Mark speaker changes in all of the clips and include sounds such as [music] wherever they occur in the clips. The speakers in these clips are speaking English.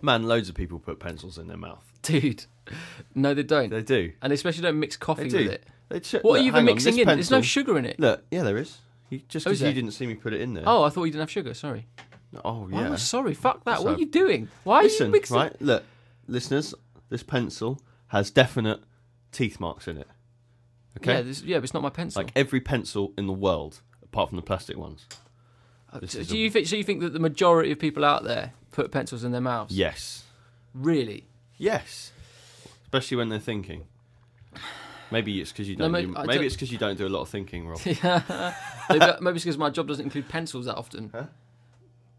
Speaker 1: Man, loads of people put pencils in their mouth.
Speaker 2: [laughs] dude. No, they don't,
Speaker 1: They do.
Speaker 2: and they especially don't mix coffee
Speaker 1: They do.
Speaker 2: with it.
Speaker 1: They ch-
Speaker 2: What
Speaker 1: look,
Speaker 2: are you even
Speaker 1: hang on,
Speaker 2: mixing
Speaker 1: this
Speaker 2: in? There's no
Speaker 1: pencil-
Speaker 2: sugar in it.
Speaker 1: Look, yeah, there is. You, just
Speaker 2: Oh, is
Speaker 1: because you
Speaker 2: there?
Speaker 1: didn't see me put it in there.
Speaker 2: Oh, I thought you didn't have sugar. Sorry.
Speaker 1: oh
Speaker 2: Oh,
Speaker 1: yeah.
Speaker 2: sorry. Fuck that. what
Speaker 1: So-
Speaker 2: are you doing? Why are
Speaker 1: Listen,
Speaker 2: you mixing?
Speaker 1: right? Look, listeners, this pencil has definite teeth marks in it. Okay,
Speaker 2: Yeah, this, yeah, but it's not my pencil.
Speaker 1: like every pencil in the world, apart from the plastic ones.
Speaker 2: Uh,
Speaker 1: this
Speaker 2: do
Speaker 1: is
Speaker 2: do
Speaker 1: a-
Speaker 2: you think, so you think that the majority of people out there put pencils in their mouths?
Speaker 1: Yes, [laughs]
Speaker 2: Really?
Speaker 1: yes. Especially when they're thinking. Maybe it's because you
Speaker 2: No,
Speaker 1: don't.
Speaker 2: ma-
Speaker 1: do,
Speaker 2: I
Speaker 1: maybe
Speaker 2: don't-
Speaker 1: it's because you don't do a lot of thinking, Rob.
Speaker 2: Yeah. maybe, maybe it's because my job doesn't include pencils that often.
Speaker 1: Huh?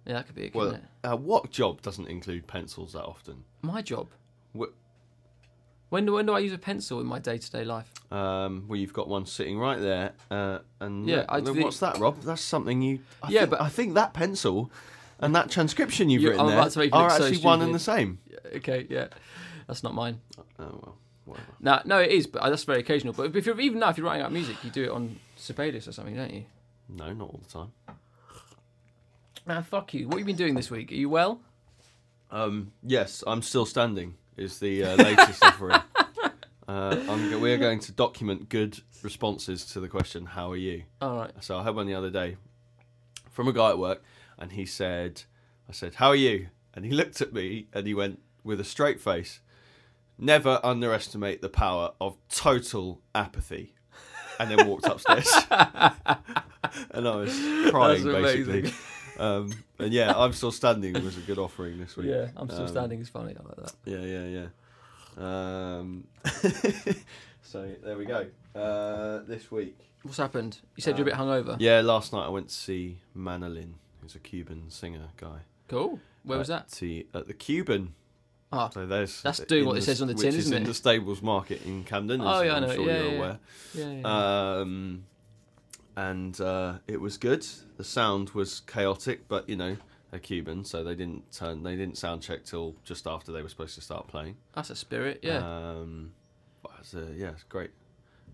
Speaker 2: Yeah, that could be it, couldn't
Speaker 1: well, uh, what job doesn't include pencils that often?
Speaker 2: it? My job.
Speaker 1: Wh-
Speaker 2: When do, when do I use a pencil in my day to day life?
Speaker 1: Um, well, you've got one sitting right there, uh, and
Speaker 2: Yeah,
Speaker 1: look-
Speaker 2: I
Speaker 1: look,
Speaker 2: thi-
Speaker 1: what's that, Rob? That's something you. I
Speaker 2: Yeah,
Speaker 1: think,
Speaker 2: but-
Speaker 1: I think that pencil and that transcription you've
Speaker 2: You-
Speaker 1: written
Speaker 2: I'm
Speaker 1: there
Speaker 2: about to make you
Speaker 1: are
Speaker 2: look so
Speaker 1: actually one and
Speaker 2: stupid.
Speaker 1: the same.
Speaker 2: Yeah, Okay, yeah. That's not mine.
Speaker 1: Oh well, whatever.
Speaker 2: No, no, it is, but uh, that's very occasional. But if you're even now, if you're writing out music, you do it on Sibelius or something, don't you?
Speaker 1: No, not all the time.
Speaker 2: Nah, fuck you. What have you been doing this week? Are you well?
Speaker 1: Um, yes, I'm still standing. Is the uh, latest offering.
Speaker 2: [laughs]
Speaker 1: Uh, I'm go- we're going to document good responses to the question, "How are you?"
Speaker 2: All right.
Speaker 1: So I had one the other day from a guy at work, and he said, "I said, how are you?" And he looked at me and he went with a straight face, "Never underestimate the power of total apathy," and then walked upstairs. [laughs] and I was crying
Speaker 2: That's amazing.
Speaker 1: basically. Um, and yeah, I'm still standing was a good offering this week.
Speaker 2: Yeah, I'm still
Speaker 1: Um,
Speaker 2: standing. It's funny. I like that.
Speaker 1: Yeah, yeah, yeah. Um, [laughs] so there we go. Uh, this week.
Speaker 2: What's happened? You said you're a bit hungover.
Speaker 1: uh, Yeah, last night I went to see Manolin, who's a Cuban singer guy.
Speaker 2: Cool. Where was
Speaker 1: At
Speaker 2: that?
Speaker 1: the- at the Cuban.
Speaker 2: Ah,
Speaker 1: Uh, So there's
Speaker 2: That's doing
Speaker 1: in
Speaker 2: what it says on the
Speaker 1: which
Speaker 2: tin,
Speaker 1: is
Speaker 2: isn't
Speaker 1: in
Speaker 2: it?
Speaker 1: the Stables Market in Camden. As
Speaker 2: Oh, yeah, I
Speaker 1: I'm
Speaker 2: know.
Speaker 1: sure
Speaker 2: Yeah,
Speaker 1: you're
Speaker 2: yeah,
Speaker 1: aware.
Speaker 2: yeah. yeah.
Speaker 1: Um, and uh, it was good. The sound was chaotic, but you know they're Cuban, so they didn't turn. They didn't sound check till just after they were supposed to start playing.
Speaker 2: That's a spirit. Yeah.
Speaker 1: Um, but it's, uh, yeah, it's great.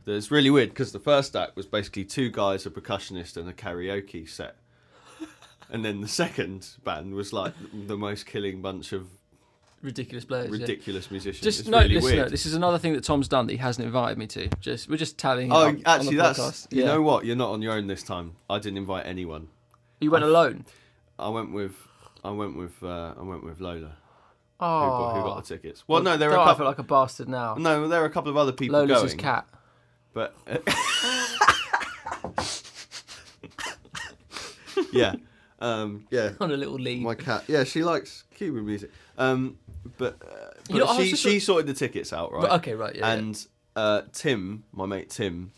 Speaker 1: It's really weird because the first act was basically two guys, a percussionist, and a karaoke
Speaker 2: [laughs]
Speaker 1: set. And then the second band was like the most killing bunch of
Speaker 2: ridiculous players. yeah.
Speaker 1: ridiculous musicians.
Speaker 2: Just
Speaker 1: it's
Speaker 2: no,
Speaker 1: really
Speaker 2: listen.
Speaker 1: weird.
Speaker 2: This is another thing that Tom's done that he hasn't invited me to. Just we're just tallying. it up
Speaker 1: oh,
Speaker 2: on the
Speaker 1: actually, that's
Speaker 2: podcast.
Speaker 1: you
Speaker 2: yeah.
Speaker 1: know what? You're not on your own this time. I didn't invite anyone.
Speaker 2: you went alone.
Speaker 1: I went with, I went with, uh, I went with Lola. Who,
Speaker 2: Oh,
Speaker 1: got, who got the tickets? Well, no, there are a
Speaker 2: I feel
Speaker 1: couple.
Speaker 2: like a bastard now.
Speaker 1: No, there are a couple of other people
Speaker 2: Lola's
Speaker 1: going.
Speaker 2: his cat. [laughs]
Speaker 1: But uh, [laughs] yeah, um, yeah.
Speaker 2: On a little lead.
Speaker 1: My cat, yeah, she likes Cuban music. Um, but uh, but
Speaker 2: know, I was
Speaker 1: she
Speaker 2: just-
Speaker 1: she sorted the tickets out, right?
Speaker 2: But, okay, right. Yeah. yeah.
Speaker 1: and uh, Tim, my mate Tim,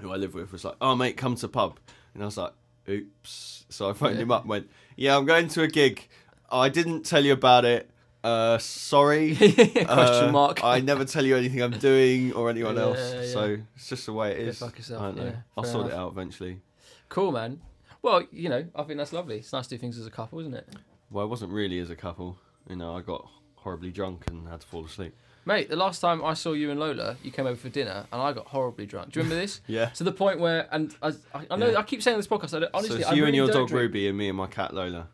Speaker 1: who I live with, was like, "Oh, mate, come to pub," and I was like, "Oops." So I phoned
Speaker 2: Yeah.
Speaker 1: him up, and went, "Yeah, I'm going to a gig. I didn't tell you about it. Uh, sorry."
Speaker 2: [laughs] Question
Speaker 1: Uh,
Speaker 2: mark.
Speaker 1: I never tell you anything I'm doing or anyone
Speaker 2: Yeah,
Speaker 1: else.
Speaker 2: yeah.
Speaker 1: So it's just the way it
Speaker 2: Go
Speaker 1: is.
Speaker 2: fuck yourself,
Speaker 1: I don't know.
Speaker 2: yeah,
Speaker 1: I'll
Speaker 2: fair
Speaker 1: sort it
Speaker 2: enough.
Speaker 1: out eventually.
Speaker 2: [laughs] Cool, man. Well, you know, I think that's lovely. It's nice to do things as a couple, isn't it?
Speaker 1: Well, I wasn't really as a couple. You know, I got horribly drunk and had to fall asleep.
Speaker 2: Mate, the last time I saw you and Lola, you came over for dinner, and I got horribly drunk. Do you remember this?
Speaker 1: Yeah.
Speaker 2: to the point where, and I, I, I know
Speaker 1: Yeah.
Speaker 2: I keep saying this podcast. I don't, honestly,
Speaker 1: so it's
Speaker 2: I
Speaker 1: you
Speaker 2: really
Speaker 1: and your
Speaker 2: don't
Speaker 1: dog
Speaker 2: drink.
Speaker 1: Ruby and me and my cat Lola.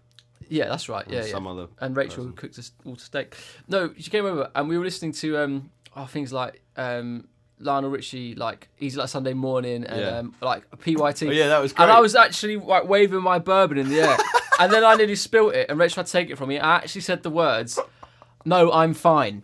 Speaker 2: Yeah, that's right.
Speaker 1: And
Speaker 2: Yeah, Uh, yeah.
Speaker 1: some other.
Speaker 2: And Rachel
Speaker 1: person.
Speaker 2: cooked us all to steak. No, she came over, and we were listening to um, oh, things like um, Lionel Richie, like Easy Like Sunday Morning, and
Speaker 1: Yeah.
Speaker 2: um, like PYT.
Speaker 1: Oh yeah, that was great.
Speaker 2: And I was actually like waving my bourbon in the
Speaker 1: [laughs]
Speaker 2: air, and then I nearly spilt it, and Rachel had to take it from me. I actually said the words, "No,
Speaker 1: [laughs]
Speaker 2: I'm fine."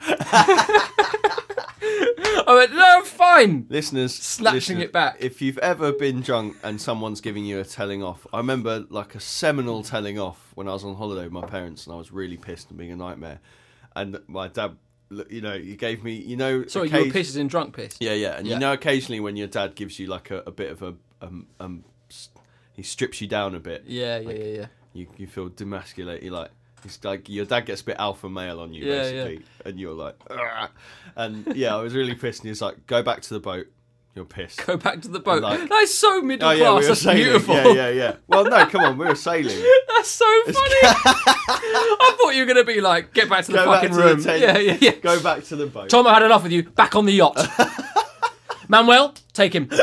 Speaker 2: I went, "No, I'm fine."
Speaker 1: listeners
Speaker 2: Snatching
Speaker 1: listeners,
Speaker 2: it back.
Speaker 1: If you've ever been drunk and someone's giving you a telling off, I remember like a seminal telling off when I was on holiday with my parents and I was really pissed and being a nightmare. And my dad, you know, he gave me, you know,
Speaker 2: Sorry,
Speaker 1: occasion-
Speaker 2: you were pissed in drunk piss.
Speaker 1: Yeah, yeah. And
Speaker 2: Yeah.
Speaker 1: you know, occasionally when your dad gives you like a, a bit of a, um, um, s- he strips you down a bit.
Speaker 2: Yeah, yeah, yeah, yeah.
Speaker 1: You you feel demasculated. You're like it's like your dad gets a bit alpha male on you
Speaker 2: Yeah, yeah.
Speaker 1: basically, and you're like, "Argh." and yeah, I was really pissed. And he's like, go back to the boat. You're pissed.
Speaker 2: Go back to the boat.
Speaker 1: Like-
Speaker 2: That's so middle
Speaker 1: Oh
Speaker 2: class.
Speaker 1: yeah, we were
Speaker 2: That's
Speaker 1: sailing.
Speaker 2: beautiful.
Speaker 1: Yeah, yeah, yeah. Well, no, come on, we were
Speaker 2: [laughs]
Speaker 1: sailing.
Speaker 2: That's so
Speaker 1: [laughs]
Speaker 2: funny. I thought you were gonna be like, get back to the
Speaker 1: Go back
Speaker 2: fucking
Speaker 1: to the
Speaker 2: room.
Speaker 1: tent.
Speaker 2: yeah, yeah, yeah.
Speaker 1: Go back to the boat.
Speaker 2: Tom, I had enough with you. Back on the yacht.
Speaker 1: [laughs]
Speaker 2: Manuel, take him.
Speaker 1: yeah,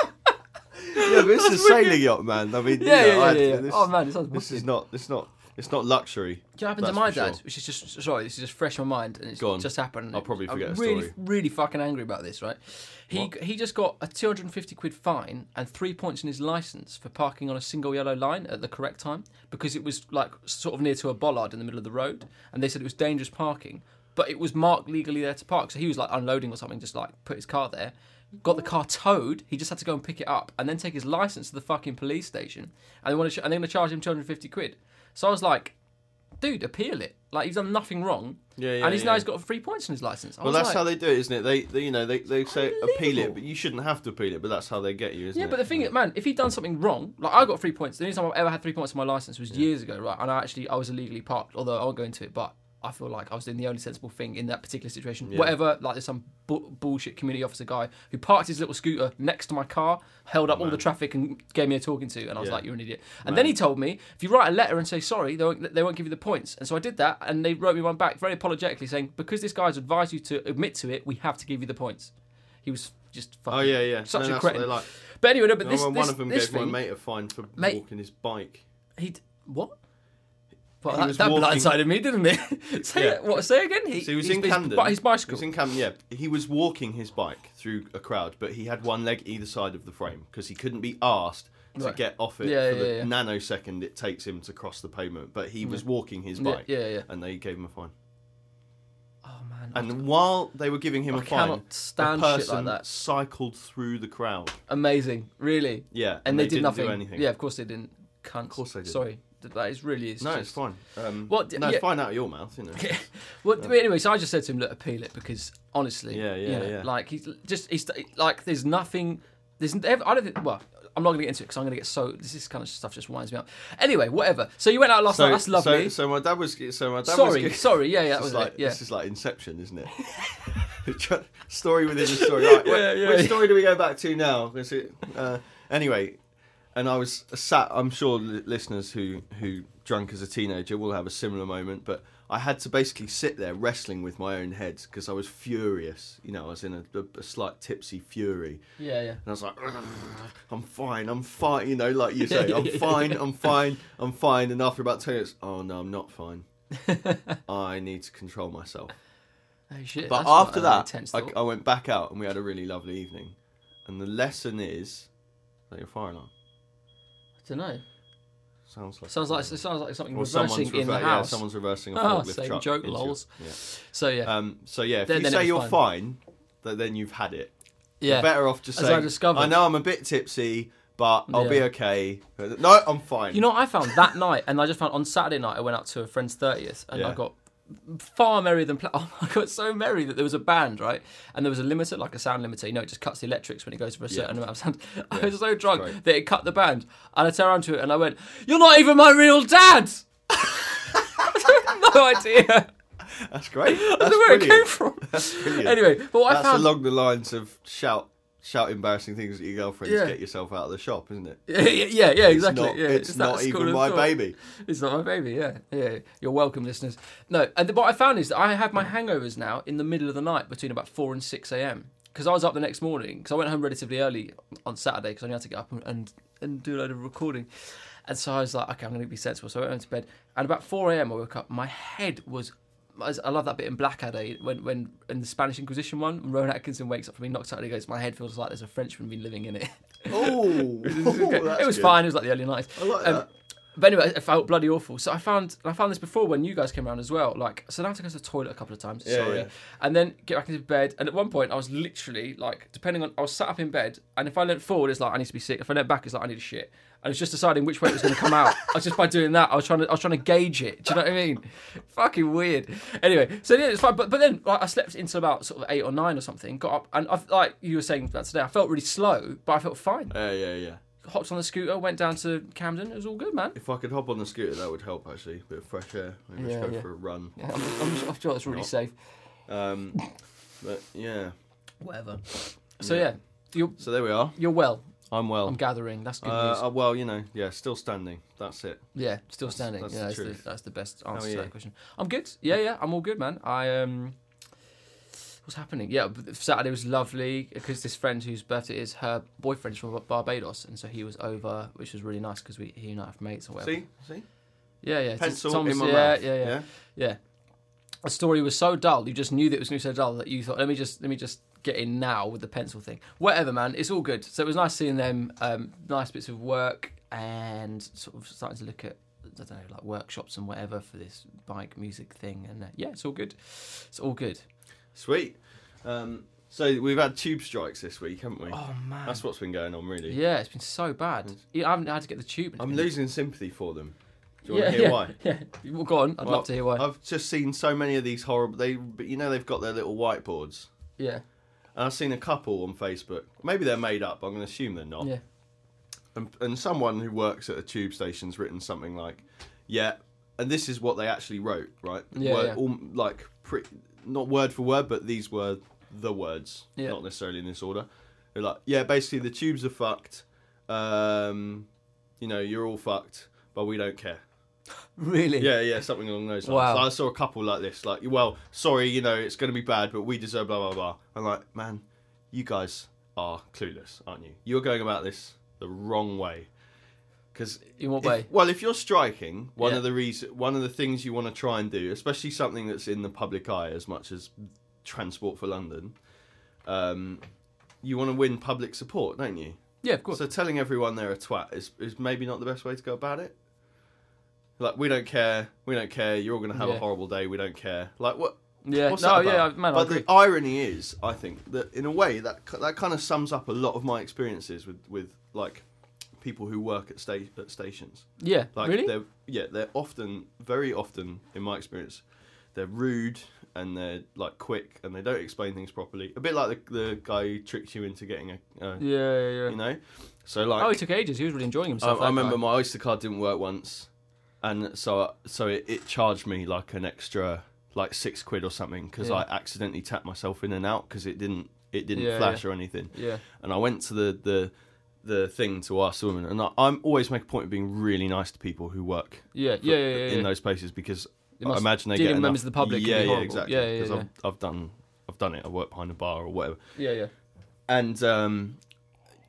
Speaker 1: but it's a sailing yacht, man. I mean, you
Speaker 2: Yeah,
Speaker 1: know,
Speaker 2: yeah, yeah,
Speaker 1: I-
Speaker 2: yeah. yeah.
Speaker 1: This,
Speaker 2: oh man, it sounds
Speaker 1: this
Speaker 2: wicked.
Speaker 1: is not. It's not. It's not luxury.
Speaker 2: Do you know what happened to
Speaker 1: That's
Speaker 2: my
Speaker 1: for
Speaker 2: dad?
Speaker 1: sure.
Speaker 2: Which is just sorry, this is just fresh in my mind, and it's
Speaker 1: Go on.
Speaker 2: just happened.
Speaker 1: I'll probably forget
Speaker 2: I'm
Speaker 1: the
Speaker 2: really,
Speaker 1: story.
Speaker 2: really fucking angry about this, right? He
Speaker 1: What?
Speaker 2: he just got a 250 quid fine and three points in his license for parking on a single yellow line at the correct time because it was like sort of near to a bollard in the middle of the road, and they said it was dangerous parking, but it was marked legally there to park. So he was like unloading or something, just like put his car there. Got the car towed. He just had to go and pick it up, and then take his license to the fucking police station, and they want to, and they're going to charge him 250 quid. So I was like, dude, appeal it. Like he's done nothing wrong.
Speaker 1: Yeah, yeah,
Speaker 2: And he's
Speaker 1: yeah.
Speaker 2: now he's got three points in his license. I
Speaker 1: Well,
Speaker 2: was
Speaker 1: that's
Speaker 2: like-
Speaker 1: how they do it, isn't it? They, they you know, they, they say appeal it,
Speaker 2: Unbelievable.
Speaker 1: but you shouldn't have to appeal it. But that's how they get you, isn't
Speaker 2: Yeah,
Speaker 1: it?
Speaker 2: but the thing is, man, if he'd done something wrong, like I got three points. The only time I've ever had three points on my license was years ago, right? And I actually I was illegally parked, although I won't go into it, but I feel like I was doing the only sensible thing in that particular situation. Whatever, like there's some bu- bullshit community officer guy who parked his little scooter next to my car, held up all the traffic, and gave me a talking to, and I was
Speaker 1: Yeah.
Speaker 2: like, "You're an idiot." And then he told me, "If you write a letter and say sorry, they won't, they won't give you the points." And so I did that, and they wrote me one back very apologetically saying, "Because this guy's advised you to admit to it, we have to give you the points." He was just fucking
Speaker 1: Oh yeah, yeah.
Speaker 2: such
Speaker 1: No,
Speaker 2: a
Speaker 1: that's what
Speaker 2: cretin.
Speaker 1: they like.
Speaker 2: But anyway, no, but
Speaker 1: No,
Speaker 2: this,
Speaker 1: well,
Speaker 2: this, one
Speaker 1: one of them
Speaker 2: this
Speaker 1: gave
Speaker 2: thing,
Speaker 1: my mate a fine for
Speaker 2: Mate-
Speaker 1: walking his bike.
Speaker 2: he d- what?
Speaker 1: He
Speaker 2: Well, that,
Speaker 1: was
Speaker 2: that
Speaker 1: walking-
Speaker 2: blindsided me, didn't it? [laughs] say
Speaker 1: Yeah.
Speaker 2: it- what? Say again? He,
Speaker 1: So he was
Speaker 2: he's-
Speaker 1: in
Speaker 2: he's-
Speaker 1: Camden.
Speaker 2: but his bicycle.
Speaker 1: He was in Camden. Yeah, he was walking his bike through a crowd, but he had one leg either side of the frame because he couldn't be asked to
Speaker 2: Right.
Speaker 1: get off it
Speaker 2: Yeah,
Speaker 1: for the
Speaker 2: yeah, yeah.
Speaker 1: nanosecond it takes him to cross the pavement. But he was walking his
Speaker 2: Yeah,
Speaker 1: bike,
Speaker 2: yeah, yeah.
Speaker 1: and they gave him a fine.
Speaker 2: Oh man,
Speaker 1: And while they were giving him a
Speaker 2: I
Speaker 1: fine,
Speaker 2: cannot
Speaker 1: a
Speaker 2: stand shit like
Speaker 1: person
Speaker 2: that.
Speaker 1: cycled through the crowd.
Speaker 2: amazing, really.
Speaker 1: Yeah,
Speaker 2: And they, did
Speaker 1: didn't
Speaker 2: nothing.
Speaker 1: do anything.
Speaker 2: Yeah, of course they didn't. Cunt. Of
Speaker 1: course they didn't.
Speaker 2: Sorry, Th- that is really is.
Speaker 1: no,
Speaker 2: just-
Speaker 1: it's fine. Um,
Speaker 2: What d-
Speaker 1: no,
Speaker 2: yeah.
Speaker 1: it's fine out of your mouth, you know.
Speaker 2: [laughs] Well, but anyway, so I just said to him, look, appeal it because honestly,
Speaker 1: Yeah, yeah,
Speaker 2: you know,
Speaker 1: yeah.
Speaker 2: like he's just he's like there's nothing, there's ev- I don't think. Well, I'm not gonna get into it because I'm gonna get so this is kind of stuff just winds me up. Anyway, whatever. So you went out last
Speaker 1: So,
Speaker 2: night. That's lovely.
Speaker 1: So, so my dad was. So my dad
Speaker 2: sorry,
Speaker 1: was.
Speaker 2: sorry. Yeah, yeah, [laughs]
Speaker 1: This
Speaker 2: that
Speaker 1: is
Speaker 2: was
Speaker 1: like
Speaker 2: it. Yeah.
Speaker 1: this is like Inception, isn't it? [laughs] story within a story. Right,
Speaker 2: [laughs] Yeah,
Speaker 1: wh-
Speaker 2: yeah.
Speaker 1: Which story do we go back to now? Is it- uh, anyway, and I was sat. I'm sure li- listeners who who drunk as a teenager will have a similar moment, but I had to basically sit there wrestling with my own head because I was furious. You know, I was in a, a, a slight tipsy fury.
Speaker 2: Yeah, yeah.
Speaker 1: And I was like, "Ugh, I'm fine, I'm fine, you know, like
Speaker 2: [laughs]
Speaker 1: you say,
Speaker 2: Yeah,
Speaker 1: I'm
Speaker 2: yeah,
Speaker 1: fine, I'm fine, I'm fine. And after about 10 minutes, oh no, I'm not
Speaker 2: [laughs]
Speaker 1: fine. I need to control myself.
Speaker 2: Oh, shit.
Speaker 1: But
Speaker 2: that's not
Speaker 1: after
Speaker 2: an
Speaker 1: that,
Speaker 2: intense
Speaker 1: I,
Speaker 2: thought.
Speaker 1: I went back out and we had a really lovely evening. And the lesson is, is that your fire alarm?
Speaker 2: don't know.
Speaker 1: Sounds like
Speaker 2: Sounds like it sounds like something
Speaker 1: uh, Or someone's
Speaker 2: reversing in the
Speaker 1: rever- yeah,
Speaker 2: house.
Speaker 1: someone's reversing a
Speaker 2: Oh,
Speaker 1: forklift
Speaker 2: same
Speaker 1: truck
Speaker 2: joke,
Speaker 1: into your-
Speaker 2: lols.
Speaker 1: yeah.
Speaker 2: so yeah,
Speaker 1: Um, so yeah, if
Speaker 2: Then-
Speaker 1: you
Speaker 2: then it
Speaker 1: say
Speaker 2: was
Speaker 1: you're
Speaker 2: fine.
Speaker 1: fine, th then you've had it. You're
Speaker 2: yeah.
Speaker 1: better off just
Speaker 2: As
Speaker 1: saying,
Speaker 2: I discovered.
Speaker 1: know I'm a bit tipsy, but I'll be
Speaker 2: Yeah.
Speaker 1: okay. No, I'm fine.
Speaker 2: You know what I found that night, and I just found on Saturday night I went out to a friend's thirtieth, and I
Speaker 1: Yeah.
Speaker 2: got far merrier than pla- [laughs] oh, I got so merry that there was a band right, and there was a limiter like a sound limiter. You know, it just cuts the electrics when it goes for a certain amount of sound. [laughs] I was so drunk
Speaker 1: great.
Speaker 2: that it cut the band, and I turned around to it and I went, "You're not even my real dad." [laughs] no idea. [laughs]
Speaker 1: That's great.
Speaker 2: I
Speaker 1: That's
Speaker 2: don't know where it
Speaker 1: brilliant.
Speaker 2: came
Speaker 1: [laughs]
Speaker 2: from.
Speaker 1: brilliant.
Speaker 2: Anyway, but what I
Speaker 1: That's
Speaker 2: found
Speaker 1: along the lines of shout, shout embarrassing things at your girlfriend
Speaker 2: Yeah.
Speaker 1: to get yourself out of the shop, isn't it?
Speaker 2: [laughs] Yeah, yeah, yeah, yeah, exactly.
Speaker 1: It's not,
Speaker 2: yeah,
Speaker 1: it's
Speaker 2: just that
Speaker 1: not
Speaker 2: school
Speaker 1: even
Speaker 2: of
Speaker 1: my
Speaker 2: thought. [laughs]
Speaker 1: baby.
Speaker 2: It's not my baby. Yeah, yeah. You're welcome, listeners. No, and the, what I found is that I have my hangovers now in the middle of the night between about four and six a.m. because I was up the next morning because I went home relatively early on Saturday because I knew I had to get up and, and and do a load of recording. And so I was like, okay, I'm going to be sensible. So I went home to bed. And about 4 a.m., I woke up. My head was. I love that bit in Blackadder when, when in the Spanish Inquisition one, Rowan Atkinson wakes up from being knocked out and he goes, My head feels like there's a Frenchman been living in it.
Speaker 1: Oh,
Speaker 2: [laughs]
Speaker 1: [laughs]
Speaker 2: it was fine. It was like the early nights. Um,
Speaker 1: I like that.
Speaker 2: But anyway, I felt bloody awful. So I found I found this before when you guys came around as well. Like, so now I have to go to the toilet a couple of times.
Speaker 1: Yeah,
Speaker 2: sorry,
Speaker 1: yeah.
Speaker 2: and then get back into bed. And at one point, I was literally like, depending on, I was sat up in bed, and if I leant forward, it's like I need to be sick. If I leant back, it's like I need a shit. I was just deciding which way it was going to come out. I was just by doing that, I was trying to, I was trying to gauge it. Do you know what I mean? [laughs] Fucking weird. Anyway, so yeah, it's fine. But but then like, I slept until about sort of eight or nine or something. Got up, and I, like you were saying about today, I felt really slow, but I felt fine.
Speaker 1: Yeah, yeah, yeah.
Speaker 2: Hopped on the scooter, went down to Camden. It was all good, man.
Speaker 1: If I could hop on the scooter, that would help actually. bit of fresh air. Maybe
Speaker 2: Yeah,
Speaker 1: just go
Speaker 2: yeah.
Speaker 1: for a run.
Speaker 2: Yeah, I'm, I'm, I'm sure that's really
Speaker 1: Not.
Speaker 2: safe.
Speaker 1: Um, but yeah,
Speaker 2: Whatever. So yeah, you're
Speaker 1: so there we are.
Speaker 2: you're well.
Speaker 1: I'm well.
Speaker 2: I'm gathering. That's good
Speaker 1: uh,
Speaker 2: news.
Speaker 1: uh, well, you know, yeah, still standing. That's it.
Speaker 2: yeah, still standing.
Speaker 1: that's
Speaker 2: yeah,
Speaker 1: the
Speaker 2: that's, the,
Speaker 1: truth.
Speaker 2: that's the best answer
Speaker 1: are
Speaker 2: to
Speaker 1: you?
Speaker 2: that question. I'm good. Yeah, yeah, I'm all good, man. I um, what's happening? Yeah, but Saturday was lovely because this friend whose birthday it is her boyfriend's from Barbados, and so he was over, which was really nice because we he and I have mates or whatever.
Speaker 1: See, see.
Speaker 2: Yeah, yeah.
Speaker 1: Pencil
Speaker 2: Tom's-
Speaker 1: in my
Speaker 2: yeah,
Speaker 1: mouth.
Speaker 2: Yeah, yeah, yeah. The story was so dull. You just knew that it was going to be so dull that you thought, let me just let me just get in now with the pencil thing. Whatever, man. It's all good. So it was nice seeing them. Um, nice bits of work and sort of starting to look at I don't know like workshops and whatever for this bike music thing. And uh, yeah, it's all good. It's all good.
Speaker 1: Sweet. Um, so we've had tube strikes this week, haven't we?
Speaker 2: Oh man.
Speaker 1: That's what's been going on, really. Mm.
Speaker 2: yeah, it's been so bad. Yeah, I haven't had to get the tube.
Speaker 1: I'm losing sympathy for them. Do you
Speaker 2: yeah,
Speaker 1: want to hear
Speaker 2: yeah,
Speaker 1: why?
Speaker 2: Yeah. Well, go on. I'd
Speaker 1: Well,
Speaker 2: love to hear why.
Speaker 1: I've just seen so many of these horrible. They, but you know, they've got their little whiteboards, [laughs]
Speaker 2: yeah.
Speaker 1: and I've seen a couple on Facebook. Maybe they're made up. I'm going to assume they're not.
Speaker 2: Yeah.
Speaker 1: And, and someone who works at a tube station's written something like, "Yeah," and this is what they actually wrote, right?
Speaker 2: Yeah,
Speaker 1: Word-
Speaker 2: yeah.
Speaker 1: All, like, pre, not word for word, but these were the words,
Speaker 2: Yeah.
Speaker 1: not necessarily in this order. They're like, "Yeah, basically the tubes are fucked. Um, you know, you're all fucked, but we don't care."
Speaker 2: Really.
Speaker 1: Yeah, yeah, something along those lines.
Speaker 2: Wow.
Speaker 1: So I saw a couple like this, like, well, sorry, you know, it's going to be bad, but we deserve blah, blah, blah. I'm like, man, you guys are clueless, aren't you? You're going about this the wrong way. Because
Speaker 2: In what way?
Speaker 1: well, if you're striking, one
Speaker 2: Yeah.
Speaker 1: of the reason, one of the things you want to try and do, especially something that's in the public eye as much as Transport for London, um, you want to win public support, don't you?
Speaker 2: Yeah, of course.
Speaker 1: So telling everyone they're a twat is, is maybe not the best way to go about it. Like we don't care, we don't care. You're all gonna have
Speaker 2: Yeah.
Speaker 1: a horrible day. We don't care. Like what?
Speaker 2: yeah.
Speaker 1: What's
Speaker 2: no.
Speaker 1: that about?
Speaker 2: Yeah, man. I
Speaker 1: But
Speaker 2: agree.
Speaker 1: the irony is, I think that in a way that that kind of sums up a lot of my experiences with with like people who work at, sta- at stations.
Speaker 2: Yeah,
Speaker 1: Like
Speaker 2: really?
Speaker 1: they're yeah, they're often very often in my experience, they're rude and they're like quick and they don't explain things properly. A bit like the, the guy who tricked you into getting a, a
Speaker 2: Yeah, yeah,
Speaker 1: you know. So like
Speaker 2: oh, he took ages. He was really enjoying
Speaker 1: I,
Speaker 2: himself.
Speaker 1: I remember my Oyster card didn't work once, and so so it, it charged me like an extra like six quid or something because
Speaker 2: Yeah.
Speaker 1: I accidentally tapped myself in and out because it didn't it didn't
Speaker 2: Yeah,
Speaker 1: flash or anything.
Speaker 2: Yeah,
Speaker 1: And I went to the the the thing to ask the woman, and I, I'm always make a point of being really nice to people who work
Speaker 2: yeah,
Speaker 1: for-
Speaker 2: yeah, yeah, yeah.
Speaker 1: in
Speaker 2: yeah.
Speaker 1: those places because
Speaker 2: It
Speaker 1: I
Speaker 2: must-
Speaker 1: imagine they get
Speaker 2: dealing with
Speaker 1: enough,
Speaker 2: members of the public can
Speaker 1: Yeah,
Speaker 2: be
Speaker 1: yeah,
Speaker 2: horrible.
Speaker 1: exactly.
Speaker 2: Yeah, yeah,
Speaker 1: Because
Speaker 2: yeah.
Speaker 1: I've, I've done I've done it. I work behind a bar or whatever
Speaker 2: yeah, yeah.
Speaker 1: and um,